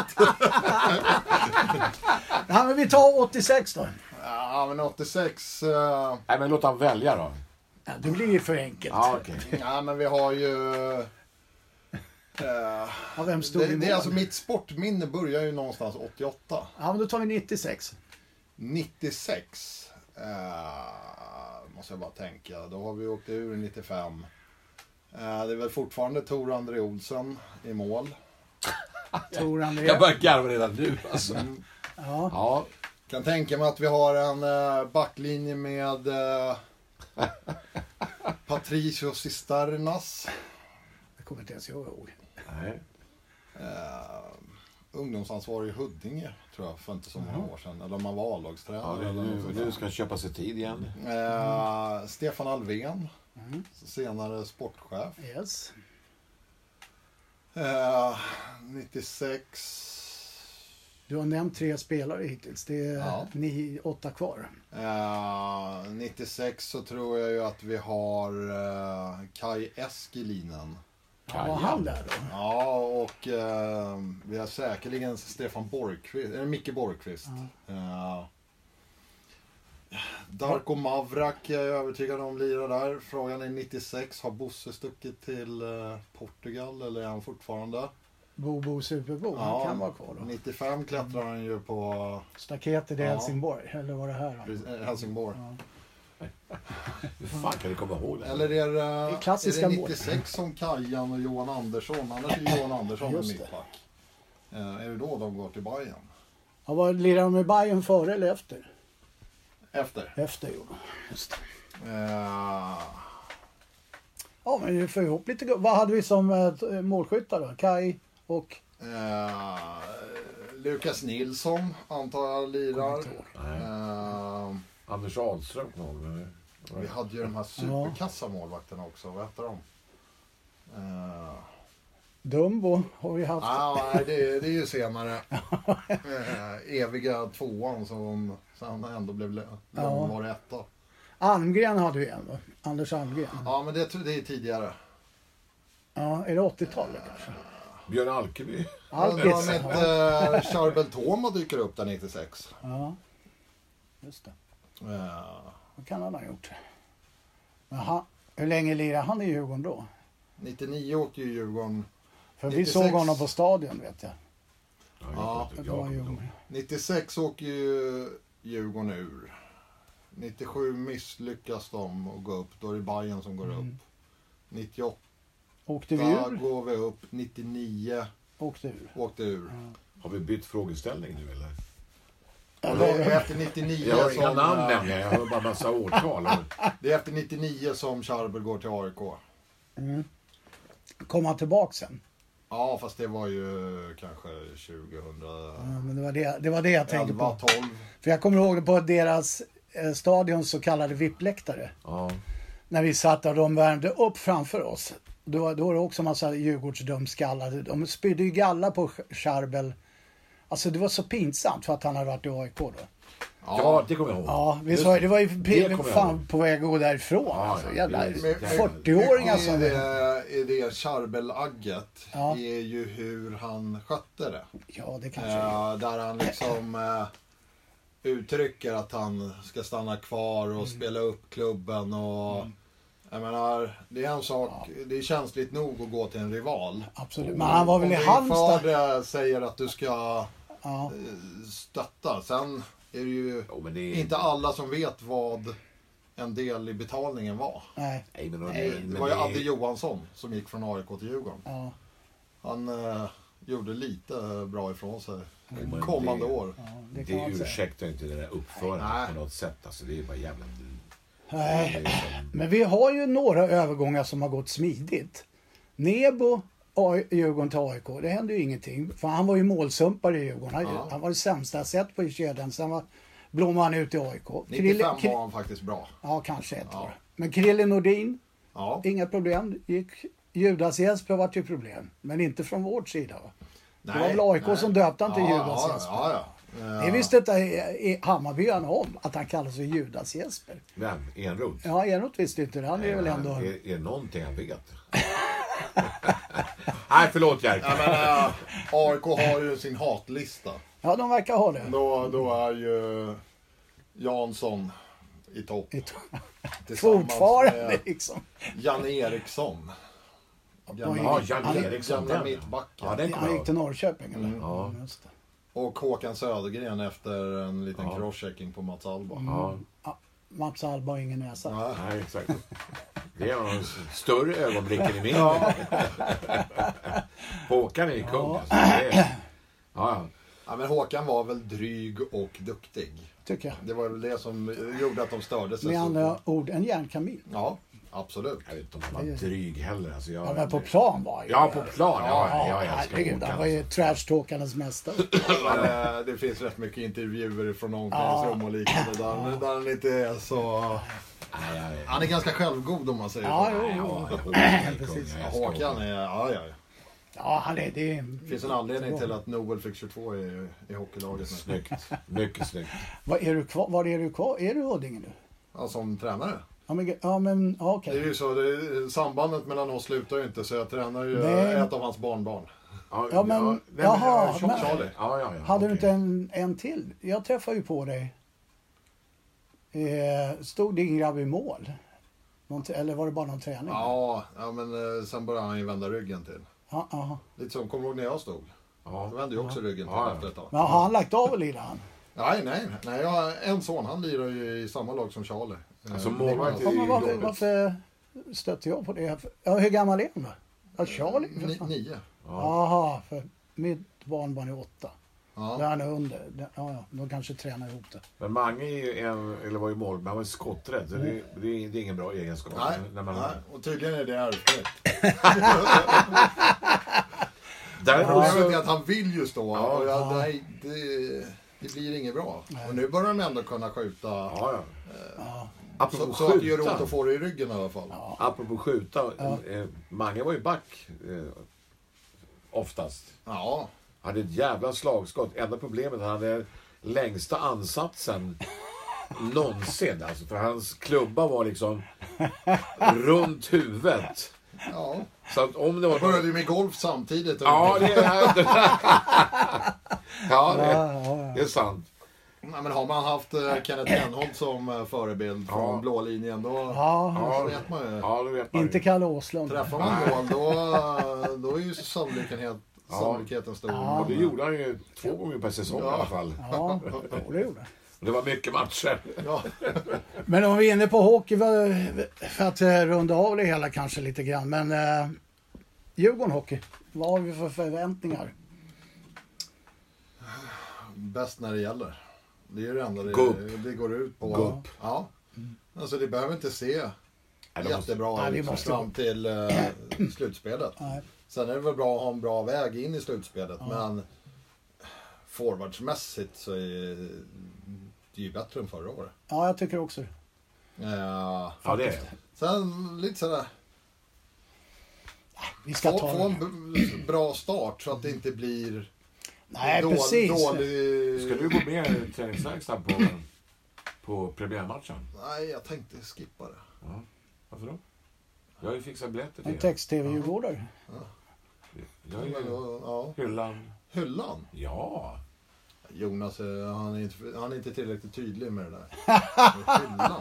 Speaker 1: Ja, men vi tar 86 då.
Speaker 3: Ja, men 86... eh,
Speaker 2: Nej, men låt han välja då.
Speaker 1: Ja, det blir ju för enkelt.
Speaker 2: Ja, okej.
Speaker 3: Ja, men vi har ju... eh,
Speaker 1: Ja, vem stod i
Speaker 3: det,
Speaker 1: mål?
Speaker 3: det är alltså mitt sportminne börjar ju någonstans 88.
Speaker 1: Ja, men då tar vi 96.
Speaker 3: 96. Eh, måste jag bara tänka. Då har vi åkt ur 95. Eh, det är väl fortfarande Tor André Olsen i mål.
Speaker 1: Tor André.
Speaker 2: Jag börjar garva redan nu alltså.
Speaker 1: Ja.
Speaker 2: Ja,
Speaker 3: Kan tänka mig att vi har en eh, backlinje med eh, Patricio Cisternas.
Speaker 1: Jag kommer inte ens ihåg.
Speaker 2: nej.
Speaker 3: Eh, ungdomsansvarig i Huddinge, tror jag, för inte så många år sedan. Eller om han var A-lagstränare.
Speaker 2: Ja,
Speaker 3: eller
Speaker 2: nu,
Speaker 3: något sånt
Speaker 2: nu,
Speaker 3: där.
Speaker 2: nu ska han köpa sig tid igen.
Speaker 3: Eh, Stefan Alvén,
Speaker 1: Mm.
Speaker 3: senare sportchef.
Speaker 1: Yes.
Speaker 3: Eh, 96.
Speaker 1: Du har nämnt tre spelare hittills. Det är
Speaker 3: Ja.
Speaker 1: ni åtta kvar.
Speaker 3: Eh, 96 så tror jag ju att vi har eh, Kai Eskilinen.
Speaker 1: Ja, var han där då?
Speaker 3: Ja, och eh, vi har säkerligen Stefan Borgqvist, eller Micke Borgqvist. Eh, Darko Mavrak är jag övertygad om lirar där. Frågan är 96, har Bosse stuckit till eh, Portugal eller är han fortfarande?
Speaker 1: Bobo Superbo. Oh, Han kan vara kvar då.
Speaker 3: 95 klättrar han ju på
Speaker 1: Staketet i
Speaker 3: Ja.
Speaker 1: Helsingborg. Eller var det här då?
Speaker 3: eh, Helsingborg.
Speaker 2: Hur fan kan du komma ihåg det?
Speaker 3: Eller är
Speaker 1: Det
Speaker 3: det,
Speaker 1: är klassiska
Speaker 3: är det
Speaker 1: mål.
Speaker 3: 96 som Kajan och Johan Andersson? Annars är Johan Andersson en
Speaker 1: Just det.
Speaker 3: mittback. Eh, är det då de går till Bayern?
Speaker 1: Ja, var lirade de med Bayern före eller efter?
Speaker 3: Efter?
Speaker 1: Efter gjorde de. Just det.
Speaker 3: Eh,
Speaker 1: Ja, men vi får ihop lite. Vad hade vi som eh, målskyttar då? Kai och...
Speaker 3: eh, Lukas Nilsson antar jag lirar.
Speaker 1: Kommer inte ihåg.
Speaker 2: Nej.
Speaker 3: Eh,
Speaker 2: Anders Ahlström kommer ihåg, eller?
Speaker 3: vi hade ju de här superkassa målvakterna också. Vad hette de? Eh,
Speaker 1: Dumbo har vi haft.
Speaker 3: ah, nej, det, det är ju senare. Eh, eviga tvåan som sen ändå blev lö-
Speaker 1: Ja.
Speaker 3: var etta.
Speaker 1: Almgren hade vi en va? Anders Almgren.
Speaker 3: Ja, men det, tror- det är tidigare.
Speaker 1: Ja, är det 80-talet kanske?
Speaker 2: Björn Alkeby.
Speaker 3: Albert
Speaker 1: Algis.
Speaker 3: med Charbel Toma dyker upp där 96.
Speaker 1: Ja, just det.
Speaker 3: Eh,
Speaker 1: Vad kan han ha gjort? Men han, hur länge lirade han i Djurgården då?
Speaker 3: 99 åkte ju Djurgården.
Speaker 1: För vi
Speaker 3: 96.
Speaker 1: såg honom på Stadion vet jag.
Speaker 3: Ja,
Speaker 2: jag
Speaker 1: Det
Speaker 2: kommer
Speaker 1: var
Speaker 2: inte
Speaker 1: ju...
Speaker 2: ihåg.
Speaker 3: 96 åker ju Djurgården ur. 97 misslyckas de att gå upp. Då är det Bayern som går
Speaker 1: Mm.
Speaker 3: upp. 98
Speaker 1: Åkte vi ur?
Speaker 3: går vi upp. 99
Speaker 1: Åkte ur.
Speaker 3: åkte ur.
Speaker 2: Har vi bytt frågeställning nu eller?
Speaker 3: Och det är efter 99
Speaker 2: Jag hör inga
Speaker 3: som,
Speaker 2: namn
Speaker 3: eh,
Speaker 2: nämligen, jag hör bara massa årtal.
Speaker 3: det är efter 99 som Charbel går till AIK.
Speaker 1: Mm. Kom han tillbaka sen?
Speaker 3: Ja, fast det var ju kanske 2000...
Speaker 1: Ja, men det, var det, det var det jag tänkte
Speaker 3: 11,
Speaker 1: på.
Speaker 3: 12.
Speaker 1: För jag kommer ihåg det på deras eh, stadions så kallade VIP-läktare.
Speaker 2: Ja.
Speaker 1: när vi satt där och de värmde upp framför oss. Då, var- då var det också en massa Djurgårdsdumskallar. De spydde ju galla på Sch- Charbel. Alltså det var så pinsamt för att han hade varit i AIK då.
Speaker 2: Ja, det kommer jag ihåg.
Speaker 1: Ja, vi
Speaker 2: Just
Speaker 1: sa ju, det var ju
Speaker 2: det kommer jag
Speaker 1: fan
Speaker 2: ihåg.
Speaker 1: på väg att gå därifrån.
Speaker 2: Ja,
Speaker 1: alltså,
Speaker 2: ja,
Speaker 1: jävla alltså.
Speaker 2: det-
Speaker 3: Men- men-
Speaker 1: 40-åringar som
Speaker 3: mycket i
Speaker 1: det.
Speaker 3: det. I det charbelagget
Speaker 1: Ja.
Speaker 3: är ju hur han skötte det.
Speaker 1: Ja, det kanske det är.
Speaker 3: Eh, där han liksom eh, uttrycker att han ska stanna kvar och spela upp klubben och... Jag menar, det är en sak, det är känsligt nog att gå till en rival.
Speaker 1: Absolut. Men han var väl i
Speaker 3: Om din
Speaker 1: Halmstad.
Speaker 3: far eh, säger att du ska
Speaker 1: Ja.
Speaker 3: eh, stötta. Sen är det ju
Speaker 2: Jo, men det är...
Speaker 3: inte alla som vet vad en del i betalningen var.
Speaker 1: Nej.
Speaker 2: Nej, men,
Speaker 1: Nej,
Speaker 2: men
Speaker 3: Det var ju
Speaker 2: är-
Speaker 3: Adde Johansson som gick från AIK till Djurgården.
Speaker 1: Ja.
Speaker 3: Han eh, gjorde lite eh, bra ifrån sig
Speaker 2: Jo, men
Speaker 3: kommande
Speaker 2: det-
Speaker 3: år.
Speaker 1: ja, det kan
Speaker 2: Det
Speaker 1: man säga.
Speaker 2: ursäktar ju inte det där
Speaker 3: Nej.
Speaker 2: uppförandet på något sätt. Alltså, det är ju bara jävla...
Speaker 1: Nej.
Speaker 2: Det är ju som-
Speaker 1: Men vi har ju några övergångar som har gått smidigt. Nebo, AI, Djurgården till AIK, det hände ju ingenting. För han var ju målsumpare i Djurgården. Han,
Speaker 3: Ja.
Speaker 1: han var det sämsta jag sett på i kedjan. Sen var, blommade han ut i AIK.
Speaker 3: 95
Speaker 1: Kri-
Speaker 3: var han faktiskt bra.
Speaker 1: Ja, kanske ett
Speaker 3: Ja.
Speaker 1: år. Men Krille Nordin,
Speaker 3: Ja.
Speaker 1: inga problem. Gick, Judas Jesper vart ju problem. Men inte från vår sida. Va?
Speaker 3: Nej,
Speaker 1: det var väl AIK
Speaker 3: nej.
Speaker 1: som döpte han till
Speaker 3: ja,
Speaker 1: Judas
Speaker 3: ja,
Speaker 1: Jesper.
Speaker 3: ja, ja.
Speaker 1: Det visste inte eh, i- i Hammarbyarna om, att han kallas för Judas Jesper.
Speaker 2: Vem? Enroth?
Speaker 1: Ja, Enroth visste inte det. Han är väl ändå...
Speaker 2: Är, är det någonting han vet? Nej, förlåt
Speaker 3: Ja,
Speaker 2: Jerker.
Speaker 3: men, eh, AIK har ju sin hatlista.
Speaker 1: Ja, de verkar ha det.
Speaker 3: Då, då är ju Jansson i topp. tillsammans
Speaker 1: Fortfarande
Speaker 3: med
Speaker 1: liksom.
Speaker 3: Jan Eriksson. Gamla-
Speaker 2: Ja, Jan
Speaker 1: Han-
Speaker 2: Eriksson.
Speaker 3: Gamla
Speaker 2: Den.
Speaker 3: mittbacken.
Speaker 2: Ja, den kommer
Speaker 1: Han
Speaker 2: jag
Speaker 1: gick till
Speaker 2: ihåg.
Speaker 1: Norrköping eller?
Speaker 3: Mm.
Speaker 2: Ja.
Speaker 1: Just det.
Speaker 3: Och Håkan Södergren efter en liten
Speaker 2: Ja. Mm.
Speaker 3: crosschecking på Mats Alba.
Speaker 2: Ja,
Speaker 1: Mats Alba har ingen näsa.
Speaker 3: Ja.
Speaker 2: nej, exakt. Det är de större ögonblicken i min. Håkan är ju kung. Alltså. Det är- Ja,
Speaker 3: Ja, men Håkan var väl dryg och duktig.
Speaker 1: Tycker jag.
Speaker 3: Det var väl det som eh, gjorde att de störde sig.
Speaker 1: Med
Speaker 3: så-
Speaker 1: andra ord, en järnkamin.
Speaker 3: Ja, absolut.
Speaker 2: jag vet inte om han var dryg heller. Alltså, jag,
Speaker 1: Ja, men på plan var ju...
Speaker 2: Ja, på plan. Ja, ja,
Speaker 1: Ja,
Speaker 2: jag älskar
Speaker 1: herregud. Han var ju
Speaker 2: Håkan. alltså.
Speaker 1: trashtalkarnas mästare.
Speaker 3: Men, eh, det finns rätt mycket intervjuer från omklädningsrum och liknande där, där han inte är så...
Speaker 2: Nej, jag är-
Speaker 3: Han är ganska självgod om man säger
Speaker 1: Ja,
Speaker 3: så.
Speaker 1: jo.
Speaker 2: nej, jag är Håkan är kung.
Speaker 1: Precis.
Speaker 2: Jag älskar
Speaker 3: Håkan
Speaker 2: Håkan.
Speaker 3: är... Ja, ja.
Speaker 1: Ja, han är... Det är
Speaker 3: Det finns en anledning till att Noel fick 22 i, i hockeylaget nu.
Speaker 2: Snyggt. Mycket snyggt.
Speaker 1: vad är du kvar? Var är du kvar? Är du Huddinge nu?
Speaker 3: Ja, som tränare.
Speaker 1: Ja, men, ja, men ja,
Speaker 3: Det är
Speaker 1: okej.
Speaker 3: ju så, det är, sambandet mellan oss slutar ju inte så jag tränar ju
Speaker 1: Nej.
Speaker 3: ett av hans barnbarn.
Speaker 1: Ja, men-
Speaker 2: nej, men-
Speaker 1: jaha,
Speaker 2: Tjock
Speaker 1: men-
Speaker 2: Charlie. Ja, ja, ja,
Speaker 1: Hade du inte
Speaker 2: okej.
Speaker 1: en, en till? Jag träffade ju på dig. Eh, stod din grabb i mål? Någon, eller var det bara någon träning?
Speaker 3: Ja, ja men eh, sen började han ju vända ryggen till.
Speaker 1: Ja, ja.
Speaker 3: Lite som, kommer du ihåg när jag stod?
Speaker 2: Ja.
Speaker 3: Då vände ju också ryggen till
Speaker 2: Ja, ja.
Speaker 3: efter ett tag.
Speaker 1: Men har han lagt av och lirar han?
Speaker 3: Nej, nej, nej. Jag har en son, han lirar ju i samma lag som Charlie.
Speaker 2: Alltså,
Speaker 3: Eh,
Speaker 2: målvakt
Speaker 1: Ja,
Speaker 3: Niklas.
Speaker 1: men varför,
Speaker 2: jobbigt.
Speaker 1: varför stötte jag på det? Ja, hur gammal är hon då? Ja, Charlie? för
Speaker 3: Ni-
Speaker 1: fan.
Speaker 3: Nio.
Speaker 1: Jaha, för mitt barnbarn är åtta. Då är
Speaker 3: Ja.
Speaker 1: han under. Ja, ja, de kanske tränar ihop det.
Speaker 2: Men Mange är ju en, eller var ju mål, men han var ju skotträdd. Så det, det, är, det är ingen bra egenskap.
Speaker 3: Mm. Nej,
Speaker 2: när man,
Speaker 3: nej, och tydligen är det ärftligt.
Speaker 2: Däremot
Speaker 3: Problemet är
Speaker 2: så...
Speaker 3: att han vill ju stå.
Speaker 2: Ja,
Speaker 3: och jag,
Speaker 1: ja.
Speaker 3: nej, det, det blir inget bra. Och nu börjar de ändå kunna skjuta.
Speaker 2: Ja, ja.
Speaker 1: Ja,
Speaker 2: Apropå
Speaker 3: Eh, Så, så att det gör ont
Speaker 2: skjuta.
Speaker 3: att få det i ryggen i alla fall. Ja,
Speaker 2: Apropå skjuta. eh, Mange var ju back eh, oftast.
Speaker 3: ja,
Speaker 2: Hade ett jävla slagskott. Enda problemet, han hade längsta ansatsen någonsin. Alltså, för hans klubba var liksom runt huvudet. Så att om det var...
Speaker 3: Började ju med golf samtidigt.
Speaker 2: Ja, det är, ja, det,
Speaker 1: Ja, ja, ja.
Speaker 2: det är sant.
Speaker 3: Nej, men har man haft eh, Kenneth Henholt som eh, förebild
Speaker 2: Ja.
Speaker 3: från blå linjen då
Speaker 1: ja.
Speaker 2: Ja,
Speaker 3: så vet man ju.
Speaker 2: ja, det vet man
Speaker 1: Inte
Speaker 2: ju.
Speaker 1: Kalle Åslund.
Speaker 3: Träffar man mål då, eh, då är ju sannolikheten, helt-
Speaker 2: Ja.
Speaker 3: sannolikheten stor.
Speaker 2: Och det gjorde han ju två gånger per säsong i
Speaker 3: Ja.
Speaker 2: alla fall.
Speaker 1: Ja, jo, det gjorde han.
Speaker 2: Och Det var mycket matcher.
Speaker 3: Ja.
Speaker 1: Men om vi är inne på hockey, vad- för att eh, runda av det hela kanske lite grann. Men eh, Djurgården Hockey, vad har vi för förväntningar?
Speaker 3: Bäst när det gäller. Det är ju det enda
Speaker 2: Gupp.
Speaker 3: det, det går ut på.
Speaker 2: Gupp.
Speaker 3: Ja. Alltså det behöver inte se
Speaker 2: Nej, det måste-
Speaker 3: jättebra
Speaker 1: Nej, vi
Speaker 3: ut
Speaker 1: måste-
Speaker 3: fram till eh, slutspelet.
Speaker 1: Nej.
Speaker 3: Sen är det väl bra att ha en bra väg in i slutspelet men forwardsmässigt så är det ju bättre än förra året.
Speaker 1: Ja, jag tycker också det.
Speaker 3: Eh,
Speaker 2: Ja, det är det.
Speaker 3: sen lite sådär,
Speaker 1: Vi ska
Speaker 3: få,
Speaker 1: ta
Speaker 3: få en
Speaker 1: det.
Speaker 3: b- bra start så att det inte blir
Speaker 1: Nej,
Speaker 3: dålig,
Speaker 1: precis.
Speaker 3: dålig
Speaker 2: Ska du gå med i träningsverkstaden på på premiärmatchen?
Speaker 3: Nej, jag tänkte skippa det.
Speaker 2: Ja. Varför då? Jag har ju fixat biljetter
Speaker 1: En
Speaker 2: till er.
Speaker 1: text-tv Djurgårdare.
Speaker 2: Jag har ju
Speaker 3: Ja.
Speaker 2: hyllan.
Speaker 3: Hyllan?
Speaker 2: Ja.
Speaker 3: Jonas, eh, han är, inte, han är inte tillräckligt tydlig med det där. Hyllan?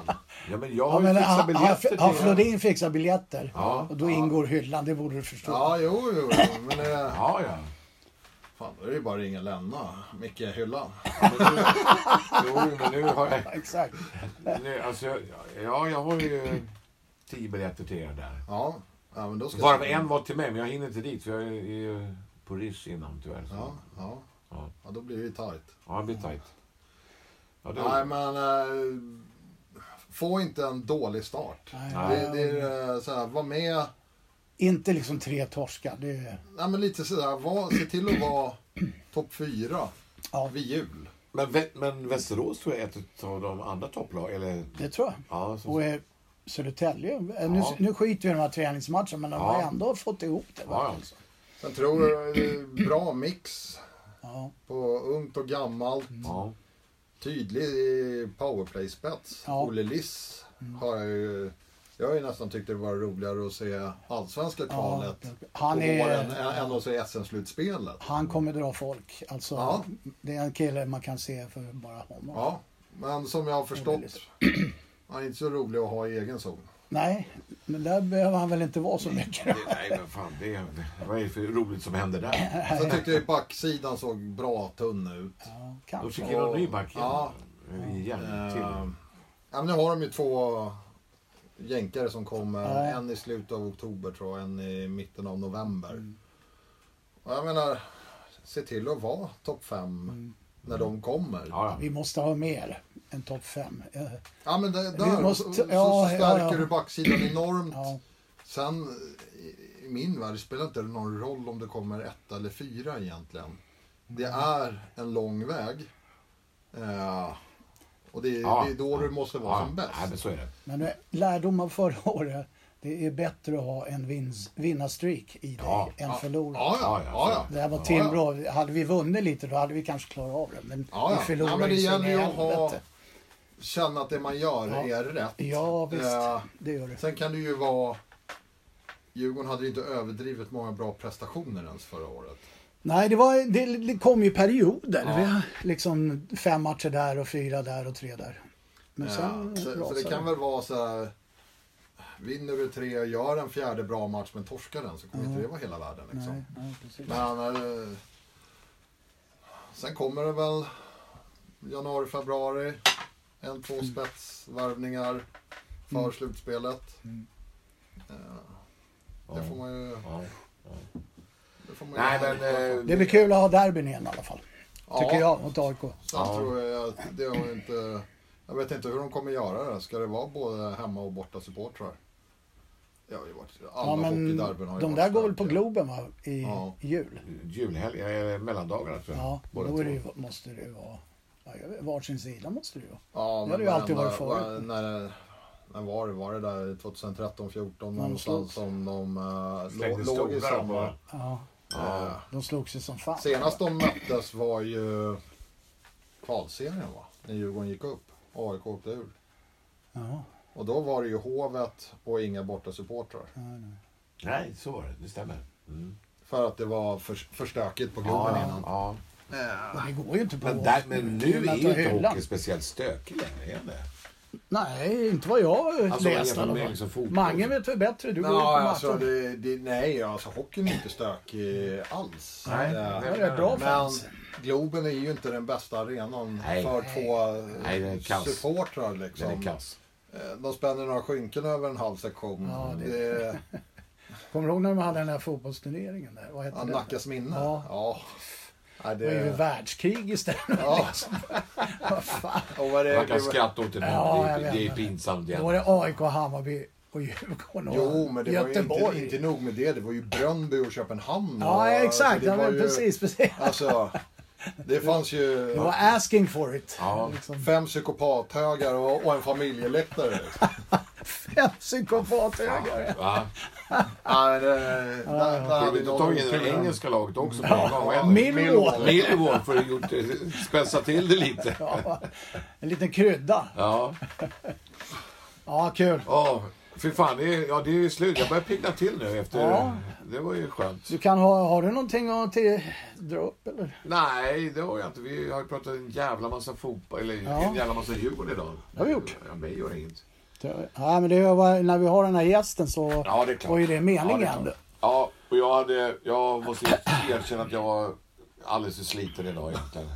Speaker 2: Ja, men jag
Speaker 1: Ja,
Speaker 2: har
Speaker 1: men
Speaker 2: ju
Speaker 1: han,
Speaker 2: fixat
Speaker 1: han,
Speaker 2: biljetter till
Speaker 1: han
Speaker 2: er.
Speaker 1: Flodin fixar biljetter.
Speaker 2: Ja.
Speaker 1: Och då ingår hyllan, det borde du förstå.
Speaker 3: Ja, jo, jo, men... eh,
Speaker 2: Ja, ja.
Speaker 3: Fan, då är det ju bara att ringa Lenna. Micke, hyllan.
Speaker 2: Ja, men nu, jo, men nu har jag...
Speaker 1: Exakt.
Speaker 2: Nu, alltså, jag- ja, jag har ju tio biljetter till er där.
Speaker 3: Ja, ja men då ska
Speaker 2: Varav en var till mig, men jag hinner inte dit för jag är ju på Rish innan tyvärr. Så.
Speaker 3: Ja, ja.
Speaker 2: Ja.
Speaker 3: Ja, då blir det ju tajt.
Speaker 2: Ja, det blir tajt. Ja, det...
Speaker 3: Nej, men... eh, Få inte en dålig start.
Speaker 1: Nej. ehm,
Speaker 3: Det, det är eh, så här, var med...
Speaker 1: Inte liksom tre torskar. Det är,
Speaker 3: Nej, men lite så här, var, se till att vara topp fyra
Speaker 1: Ja.
Speaker 3: vid jul.
Speaker 2: men, Vä- men Västerås tror jag är ett av de andra topplag, eller?
Speaker 1: det tror jag.
Speaker 2: Ja, som...
Speaker 1: Och eh, Södertälje. eh, Nu,
Speaker 2: Ja.
Speaker 1: nu skiter vi i de här träningsmatcherna men de
Speaker 2: Ja.
Speaker 1: har ändå fått ihop det. va?
Speaker 2: ja, alltså. ja.
Speaker 3: Sen tror jag det är bra mix
Speaker 1: Ja.
Speaker 3: på ungt och gammalt.
Speaker 1: Mm.
Speaker 2: ja.
Speaker 3: Tydlig powerplay-spets.
Speaker 1: Ja. Mm.
Speaker 3: Olle Liss har jag ju... Jag har ju nästan tyckt det var roligare att se allsvenska kvalet
Speaker 1: det- han
Speaker 3: på
Speaker 1: är-
Speaker 3: våren ä- än att se SM-slutspelet.
Speaker 1: Han kommer dra folk. Alltså,
Speaker 3: Ja.
Speaker 1: Det är en kille man kan se för bara honom.
Speaker 3: Ja, men som jag har förstått,
Speaker 1: Orimligt.
Speaker 3: han är inte så rolig att ha i egen zon.
Speaker 1: Nej, men där behöver han väl inte vara så mycket.
Speaker 3: Mm.
Speaker 2: Det, nej, men fan, det är... vad är det för roligt som händer där?
Speaker 3: Sen tyckte jag ju backsidan såg bra tunn ut.
Speaker 1: Ja,
Speaker 2: De fick
Speaker 1: kanske.
Speaker 2: in en ny back igen.
Speaker 3: Ja.
Speaker 2: Igen,
Speaker 3: Eh,
Speaker 2: till.
Speaker 3: Ja, men nu har de ju två jänkare som kommer.
Speaker 1: Ja.
Speaker 3: En i slutet av oktober tror jag, en i mitten av november. Och jag menar, se till att vara topp fem när de kommer. Ja,
Speaker 2: Ja, ja.
Speaker 1: Mm. Vi måste ha mer än topp fem. Eh,
Speaker 3: men det,
Speaker 1: Vi
Speaker 3: där
Speaker 1: måste-
Speaker 3: så, så
Speaker 1: ja,
Speaker 3: stärker
Speaker 1: ja, ja.
Speaker 3: du backsidan enormt.
Speaker 1: Ja.
Speaker 3: Sen i- i min värld spelar inte det någon roll om det kommer ett eller fyra egentligen. Det
Speaker 1: Mm.
Speaker 3: är en lång väg. Eh, och det,
Speaker 2: Ja.
Speaker 3: det är då du måste vara
Speaker 2: ja.
Speaker 3: som
Speaker 2: Nej, men
Speaker 3: bäst.
Speaker 2: så är det.
Speaker 1: Men eh, lärdom av förra året. Det är bättre att ha en vins, vinnarstreak i dig
Speaker 2: Ja.
Speaker 1: än förlora.
Speaker 3: Ja, ja, ja,
Speaker 1: Det här var
Speaker 2: Ja,
Speaker 1: timbrå. Hade vi vunnit lite då hade vi kanske klarat av det. Men
Speaker 3: Ja, ja.
Speaker 1: vi förlorade
Speaker 3: Ja, men det
Speaker 1: ju så in
Speaker 3: gäller
Speaker 1: i
Speaker 3: ju att ha-
Speaker 1: helvete.
Speaker 3: Känna att det man gör
Speaker 1: Ja.
Speaker 3: är rätt.
Speaker 1: Ja, visst.
Speaker 3: Eh,
Speaker 1: Det gör det.
Speaker 3: sen kan det ju vara... Djurgården hade ju inte överdrivet många bra prestationer ens förra året.
Speaker 1: Nej, det, var, det, det kom ju perioder.
Speaker 3: Ja.
Speaker 1: Vi har liksom fem matcher där och fyra där och tre där. Men sen
Speaker 3: Eh, så, så det
Speaker 1: rasar
Speaker 3: kan väl vara så här... Vinner du tre och gör en fjärde bra match men torskar den så kommer inte det vara hela världen. Liksom.
Speaker 1: Nej, nej, precis.
Speaker 3: Men eh, sen kommer det väl januari, februari. En,
Speaker 1: Mm.
Speaker 3: två spetsvärvningar för slutspelet.
Speaker 1: Mm.
Speaker 3: Eh,
Speaker 2: Ja.
Speaker 3: det får man ju...
Speaker 2: Ja.
Speaker 3: Det får man ju
Speaker 2: Nej, men... eh,
Speaker 1: Det blir kul att ha derbyn igen i alla fall.
Speaker 3: Ja,
Speaker 1: Tycker jag, mot AIK.
Speaker 3: Sen
Speaker 2: Ja.
Speaker 3: tror jag att det har inte... Jag vet inte hur de kommer göra det. Ska det vara både hemma och borta supportrar? Det har ju varit... Alla
Speaker 1: Ja, men
Speaker 3: hockeyderbyn har ju
Speaker 1: de
Speaker 3: varit
Speaker 1: där går väl på
Speaker 3: starka.
Speaker 1: Globen va? i
Speaker 3: Ja.
Speaker 1: i jul?
Speaker 2: julhelg, eller mellandagarna tror jag.
Speaker 1: Ja,
Speaker 2: Båda
Speaker 1: då är det,
Speaker 2: två.
Speaker 1: ju- måste det ju vara... Ja, jag vet, varsin sida måste det ju vara.
Speaker 3: Ja,
Speaker 1: Det
Speaker 3: men
Speaker 1: har det ju alltid
Speaker 3: varenda-
Speaker 1: varit förut.
Speaker 3: var- När, när var det? Var det där 2013, 14 någonstans
Speaker 1: Någonstans.
Speaker 3: som de eh,
Speaker 2: Slängde
Speaker 3: lå- låg i
Speaker 2: stolar
Speaker 3: samma...
Speaker 2: bara.
Speaker 1: Ja,
Speaker 2: Ja.
Speaker 1: de slogs ju som fan.
Speaker 3: Senast de möttes var ju kvalserien va? När Djurgården gick upp. AIK åkte ur.
Speaker 1: Ja,
Speaker 3: Och då var det ju Hovet och inga borta supportrar.
Speaker 1: ja, nej.
Speaker 2: Nej, så var det. Det stämmer. Mm.
Speaker 3: För att det var för, för stökigt på Globen
Speaker 2: Ja, ja,
Speaker 3: innan.
Speaker 2: ja.
Speaker 1: Men det går ju inte på...
Speaker 2: Men, där, men
Speaker 1: I och
Speaker 2: nu
Speaker 1: med
Speaker 2: är
Speaker 1: att
Speaker 2: ju
Speaker 1: de
Speaker 2: inte
Speaker 1: hyllar.
Speaker 2: hockey speciellt stökig längre, är det?
Speaker 1: Nej, inte vad jag
Speaker 2: Alltså,
Speaker 1: läst i
Speaker 2: jämfört
Speaker 1: alla
Speaker 2: med
Speaker 1: fall.
Speaker 2: liksom fotboll.
Speaker 1: Mange vet väl bättre. Du går ju på
Speaker 3: Ja,
Speaker 1: matchen.
Speaker 3: alltså, det, det, nej, alltså hockeyn är inte stökig alls.
Speaker 2: Nej,
Speaker 3: Eh,
Speaker 1: det var rätt bra
Speaker 3: Men
Speaker 1: fans.
Speaker 3: Globen är ju inte den bästa arenan
Speaker 2: Nej.
Speaker 3: för två
Speaker 2: Nej, den är kass.
Speaker 3: supportrar.
Speaker 2: Den är
Speaker 3: Liksom.
Speaker 2: kass.
Speaker 3: Eh, De spänner några skynken över en halv sektion.
Speaker 1: Ja, det-
Speaker 3: det... är
Speaker 1: Kommer du ihåg när de hade den där fotbollsturneringen där? Vad hette
Speaker 3: ja,
Speaker 1: den?
Speaker 3: Nackas minne.
Speaker 1: Ja.
Speaker 3: Ja. Nej,
Speaker 1: Det var ju
Speaker 3: det...
Speaker 1: världskrig istället.
Speaker 3: Ja.
Speaker 1: Vad fan.
Speaker 3: Och vad det,
Speaker 2: Man kan
Speaker 3: det var...
Speaker 2: skratta åt det nu.
Speaker 1: Ja,
Speaker 2: det,
Speaker 1: jag
Speaker 2: är-
Speaker 1: vet
Speaker 2: det är
Speaker 1: inte.
Speaker 2: pinsamt
Speaker 1: Då var
Speaker 2: igen.
Speaker 1: det AIK, Hammarby och Djurgården och
Speaker 3: Jo, men det var ju
Speaker 1: Göteborg.
Speaker 3: inte, inte nog med det. Det var ju Bröndby och Köpenhamn. och,
Speaker 1: Ja, exakt.
Speaker 3: alltså,
Speaker 1: Ja,
Speaker 3: det var
Speaker 1: men
Speaker 3: ju-
Speaker 1: precis, precis.
Speaker 3: Alltså, det fanns ju
Speaker 1: Det var asking for it.
Speaker 2: Ja.
Speaker 1: Liksom.
Speaker 3: fem psykopathögar och, och en familjeläktare.
Speaker 1: Fem psykopathögar.
Speaker 2: Va?
Speaker 3: Ja, det, där, där hade
Speaker 2: Kunde
Speaker 3: vi
Speaker 2: du ha
Speaker 3: någon
Speaker 2: tagit in det
Speaker 3: otur.
Speaker 2: engelska laget också på en gång? Vad heter det?
Speaker 1: Millwall.
Speaker 2: Millwall för att gjort, eh, spetsa till det lite.
Speaker 1: Ja, en liten krydda.
Speaker 2: Ja,
Speaker 1: Ja, kul.
Speaker 2: ja. fy fan. Det är, ja, det är ju slut. Jag börjar piggna till nu efter...
Speaker 1: Ja.
Speaker 2: Det var ju skönt.
Speaker 1: Du kan ha, har du någonting att till, dra upp eller?
Speaker 2: Nej, det har jag inte. Vi har ju pratat en jävla massa fotboll, eller
Speaker 1: Ja.
Speaker 2: en jävla massa Djurgården idag.
Speaker 1: Det har vi gjort.
Speaker 2: Ja, mig gör det inget.
Speaker 1: Ja, men det är, vad- när vi har den här gästen så
Speaker 2: Ja, det är klart.
Speaker 1: var ju det
Speaker 2: Ja,
Speaker 1: meningen.
Speaker 2: det är klart. Ja, och jag hade... Jag måste ju erkänna att jag var alldeles för sliten idag egentligen.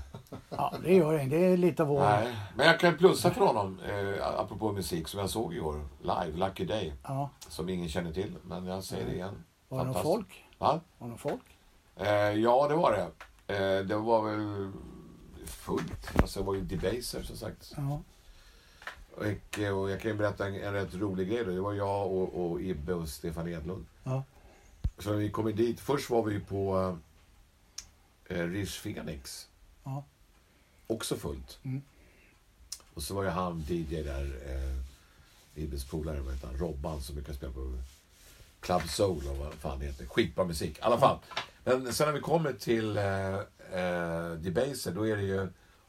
Speaker 1: Ja, det gör inget. Det är lite av vår...
Speaker 2: Nej, men jag kan plussa för honom, eh, apropå musik, som jag såg igår. Live, Lucky Day.
Speaker 1: Ja.
Speaker 2: Som ingen känner till, men jag säger det igen.
Speaker 1: Var det någon
Speaker 2: Fantastiskt.
Speaker 1: folk?
Speaker 2: Va?
Speaker 1: Har någon folk?
Speaker 2: Eh, ja, det var det. Eh, det var väl fullt. Alltså, det var ju Debaser, som sagt.
Speaker 1: Ja.
Speaker 2: Och, eh, och jag kan ju berätta en, en rätt rolig grej. Då. Det var jag och, och Ibbe och Stefan Edlund.
Speaker 1: Ja.
Speaker 2: Så när vi kom in dit. Först var vi ju på eh, Rish Phoenix.
Speaker 1: Ja.
Speaker 2: Också fullt.
Speaker 1: Mm.
Speaker 2: Och så var ju han DJ där. Eh, Ibbes polare, vad heter han? Robban som brukar spela på Club Soul och vad fan det heter. Skitbra musik. I alla fall. Men sen när vi kommer till eh, eh, Debaser, då är det ju,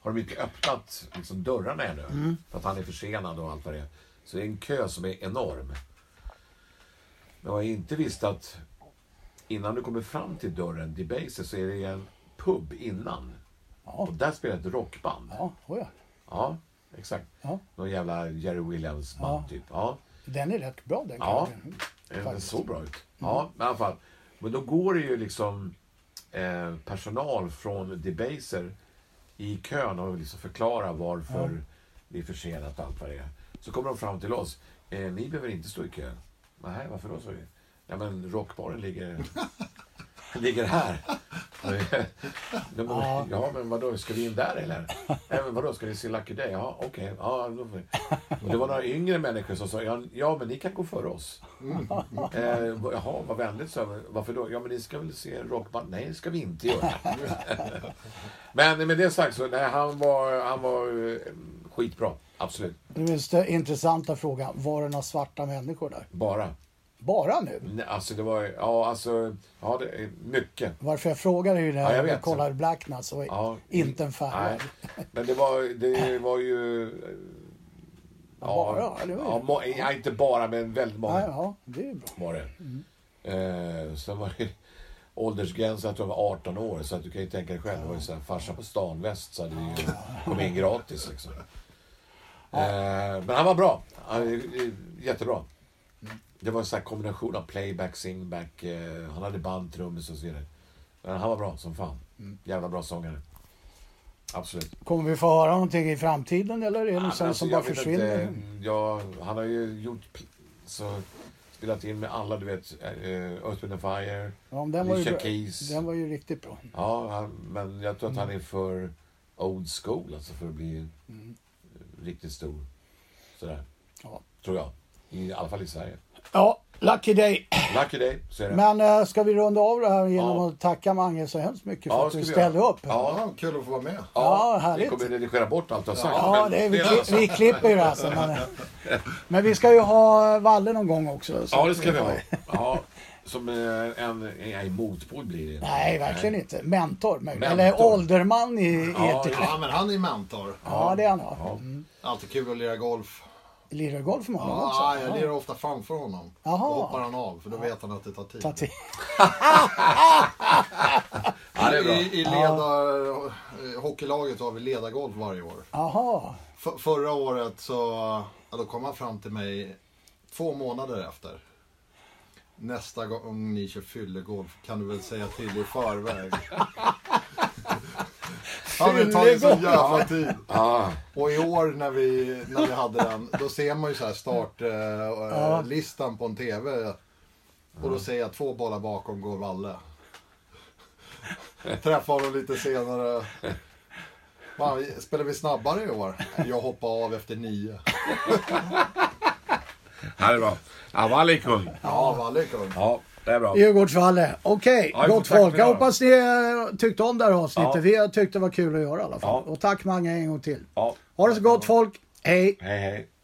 Speaker 2: har de inte öppnat liksom, dörrarna ännu.
Speaker 1: Mm.
Speaker 2: För att han är försenad och allt vad det är. Så det är en kö som är enorm. Men vad jag inte visste att innan du kommer fram till dörren Debaser så är det en pub innan.
Speaker 1: Ja.
Speaker 2: Och där spelar ett rockband.
Speaker 1: Ja, oh ja.
Speaker 2: Ja, exakt.
Speaker 1: ja.
Speaker 2: Någon jävla Jerry Williams band
Speaker 1: Ja.
Speaker 2: typ. Ja.
Speaker 1: Den är rätt bra den Mm.
Speaker 2: Ja,
Speaker 1: kanten.
Speaker 2: eh, den
Speaker 1: Faktiskt. Mm.
Speaker 2: såg bra ut. Ja, men i alla fall. Men då går det ju liksom eh, personal från Debaser i kön och liksom förklarar varför det är försenat och allt vad det är. Så kommer de fram till oss. Eh, ni behöver inte stå i kö. Nej, varför då? sa vi. Ja, men rockbaren ligger, ligger här. De bara,
Speaker 1: Ja.
Speaker 2: ja, men vadå, ska vi in där eller? Nej, men vadå, ska vi se Lucky Day? Ja, okej. Ja, då får vi. och det var några yngre människor som sa, ja, ja men ni kan gå före oss. Eh, jaha, vad vänligt, sa jag. Varför då? Ja, men ni ska väl se rockband? Nej, det ska vi inte göra. men med det sagt så, nej, han var, han var eh, skitbra. Absolut.
Speaker 1: Nu är den intressanta frågan. Var det några svarta människor där?
Speaker 2: Bara.
Speaker 1: Bara nu?
Speaker 2: Nej, alltså det var, ja alltså, ja det är mycket.
Speaker 1: Varför jag frågar är ju när
Speaker 2: Ja, jag
Speaker 1: jag,
Speaker 2: vet.
Speaker 1: kollar Blacknuts och
Speaker 2: Ja,
Speaker 1: inte en
Speaker 2: Nej.
Speaker 1: färg.
Speaker 2: Men det var, det var ju... eh,
Speaker 1: Bara, eller hur?
Speaker 2: ja, må, ja, inte bara, men väldigt många
Speaker 1: Nej, ja, det är bra.
Speaker 2: var det. Eh, sen var det åldersgränsen att de var 18 år, så att du kan ju tänka dig själv. Det var ju så här, farsa på stan-väst så hade du ju kommit in gratis liksom. Eh, men han var bra. Han, är, eh, jättebra. Det var en sån här kombination av playback, singback. Eh, han hade band, trummis och så vidare. Men han var bra som fan. Jävla bra sångare. Absolut.
Speaker 1: Kommer vi få höra någonting i framtiden eller är det
Speaker 2: Ja,
Speaker 1: något
Speaker 2: men
Speaker 1: sånt
Speaker 2: alltså,
Speaker 1: som
Speaker 2: jag
Speaker 1: bara
Speaker 2: vet
Speaker 1: försvinner?
Speaker 2: inte. Ja, han har ju gjort p- så spelat in med alla, du vet, eh, Earth, Wind and Fire,
Speaker 1: Ja, men den, var ju
Speaker 2: Alicia
Speaker 1: bra.
Speaker 2: Keys.
Speaker 1: den var ju riktigt bra.
Speaker 2: Ja, han, men jag tror att han är för old school, alltså för att bli
Speaker 1: Mm.
Speaker 2: eh, riktigt stor. Sådär,
Speaker 1: Ja,
Speaker 2: tror jag. I alla fall i Sverige.
Speaker 1: ja lucky day.
Speaker 2: Lucky day, så är det.
Speaker 1: Men eh, ska vi runda av det här genom
Speaker 2: Ja.
Speaker 1: att tacka Mange så hemskt mycket för
Speaker 2: Ja,
Speaker 1: att
Speaker 2: ska
Speaker 1: du
Speaker 2: vi
Speaker 1: ställde
Speaker 2: göra.
Speaker 1: upp?
Speaker 2: Ja.
Speaker 3: Ja, kul att få vara med.
Speaker 1: Ja,
Speaker 2: vi
Speaker 1: härligt.
Speaker 2: kommer redigera bort allt du har sagt.
Speaker 1: Ja,
Speaker 2: men
Speaker 1: det är, vi,
Speaker 2: är
Speaker 1: kli-
Speaker 2: alltså-
Speaker 1: vi klipper ju det alltså. Men, men vi ska ju ha Valle någon gång också. så-
Speaker 2: Ja, det ska vi ha. Ja, som eh, en, en motpol blir det.
Speaker 1: Nej, verkligen inte. Mentor, mentor.
Speaker 2: Mentor.
Speaker 1: Eller ålderman i, i
Speaker 2: Ja,
Speaker 1: ett...
Speaker 2: ja.
Speaker 1: Ja.
Speaker 3: Ja, men han är mentor.
Speaker 1: det är han. Ja.
Speaker 2: Ja.
Speaker 3: Alltid kul att lira golf.
Speaker 1: Lirar golf med honom också?
Speaker 3: Ja, jag lirar ofta framför honom.
Speaker 1: Jaha.
Speaker 3: Då hoppar han av, för då vet han att det tar tid.
Speaker 1: Ta till.
Speaker 2: Ja, det är bra.
Speaker 3: I, i ledar, eh, hockeylaget har vi ledargolf varje år.
Speaker 1: Jaha.
Speaker 3: F- förra året så ja, då kom han fram till mig två månader efter. Nästa gång ni kör fyllegolf kan du väl säga till i förväg. Han har ju tagit så jävla tid.
Speaker 2: Ja.
Speaker 3: Och i år när vi, när vi hade den, då ser man ju så här startlistan på en TV. Och då ser jag två bollar bakom går Valle. Träffar honom lite senare. Man, spelar vi snabbare i år? Jag hoppar av efter nio.
Speaker 2: Ja, det är bra. Ja, Valle är kung.
Speaker 3: Ja, Valle är kung.
Speaker 2: Ja, det är bra.
Speaker 1: Djurgårdsvalle. Okej,
Speaker 2: Ja, vi får
Speaker 1: gott
Speaker 2: tacka
Speaker 1: folk.
Speaker 2: för
Speaker 1: Jag
Speaker 2: det.
Speaker 1: hoppas ni eh, tyckte om det här avsnittet.
Speaker 2: Ja.
Speaker 1: Vi tyckte det var kul att göra i alla fall.
Speaker 2: Ja.
Speaker 1: Och tack Mange en gång till.
Speaker 2: Ja.
Speaker 1: Ha det så gott folk. Hej!
Speaker 2: Hej, hej.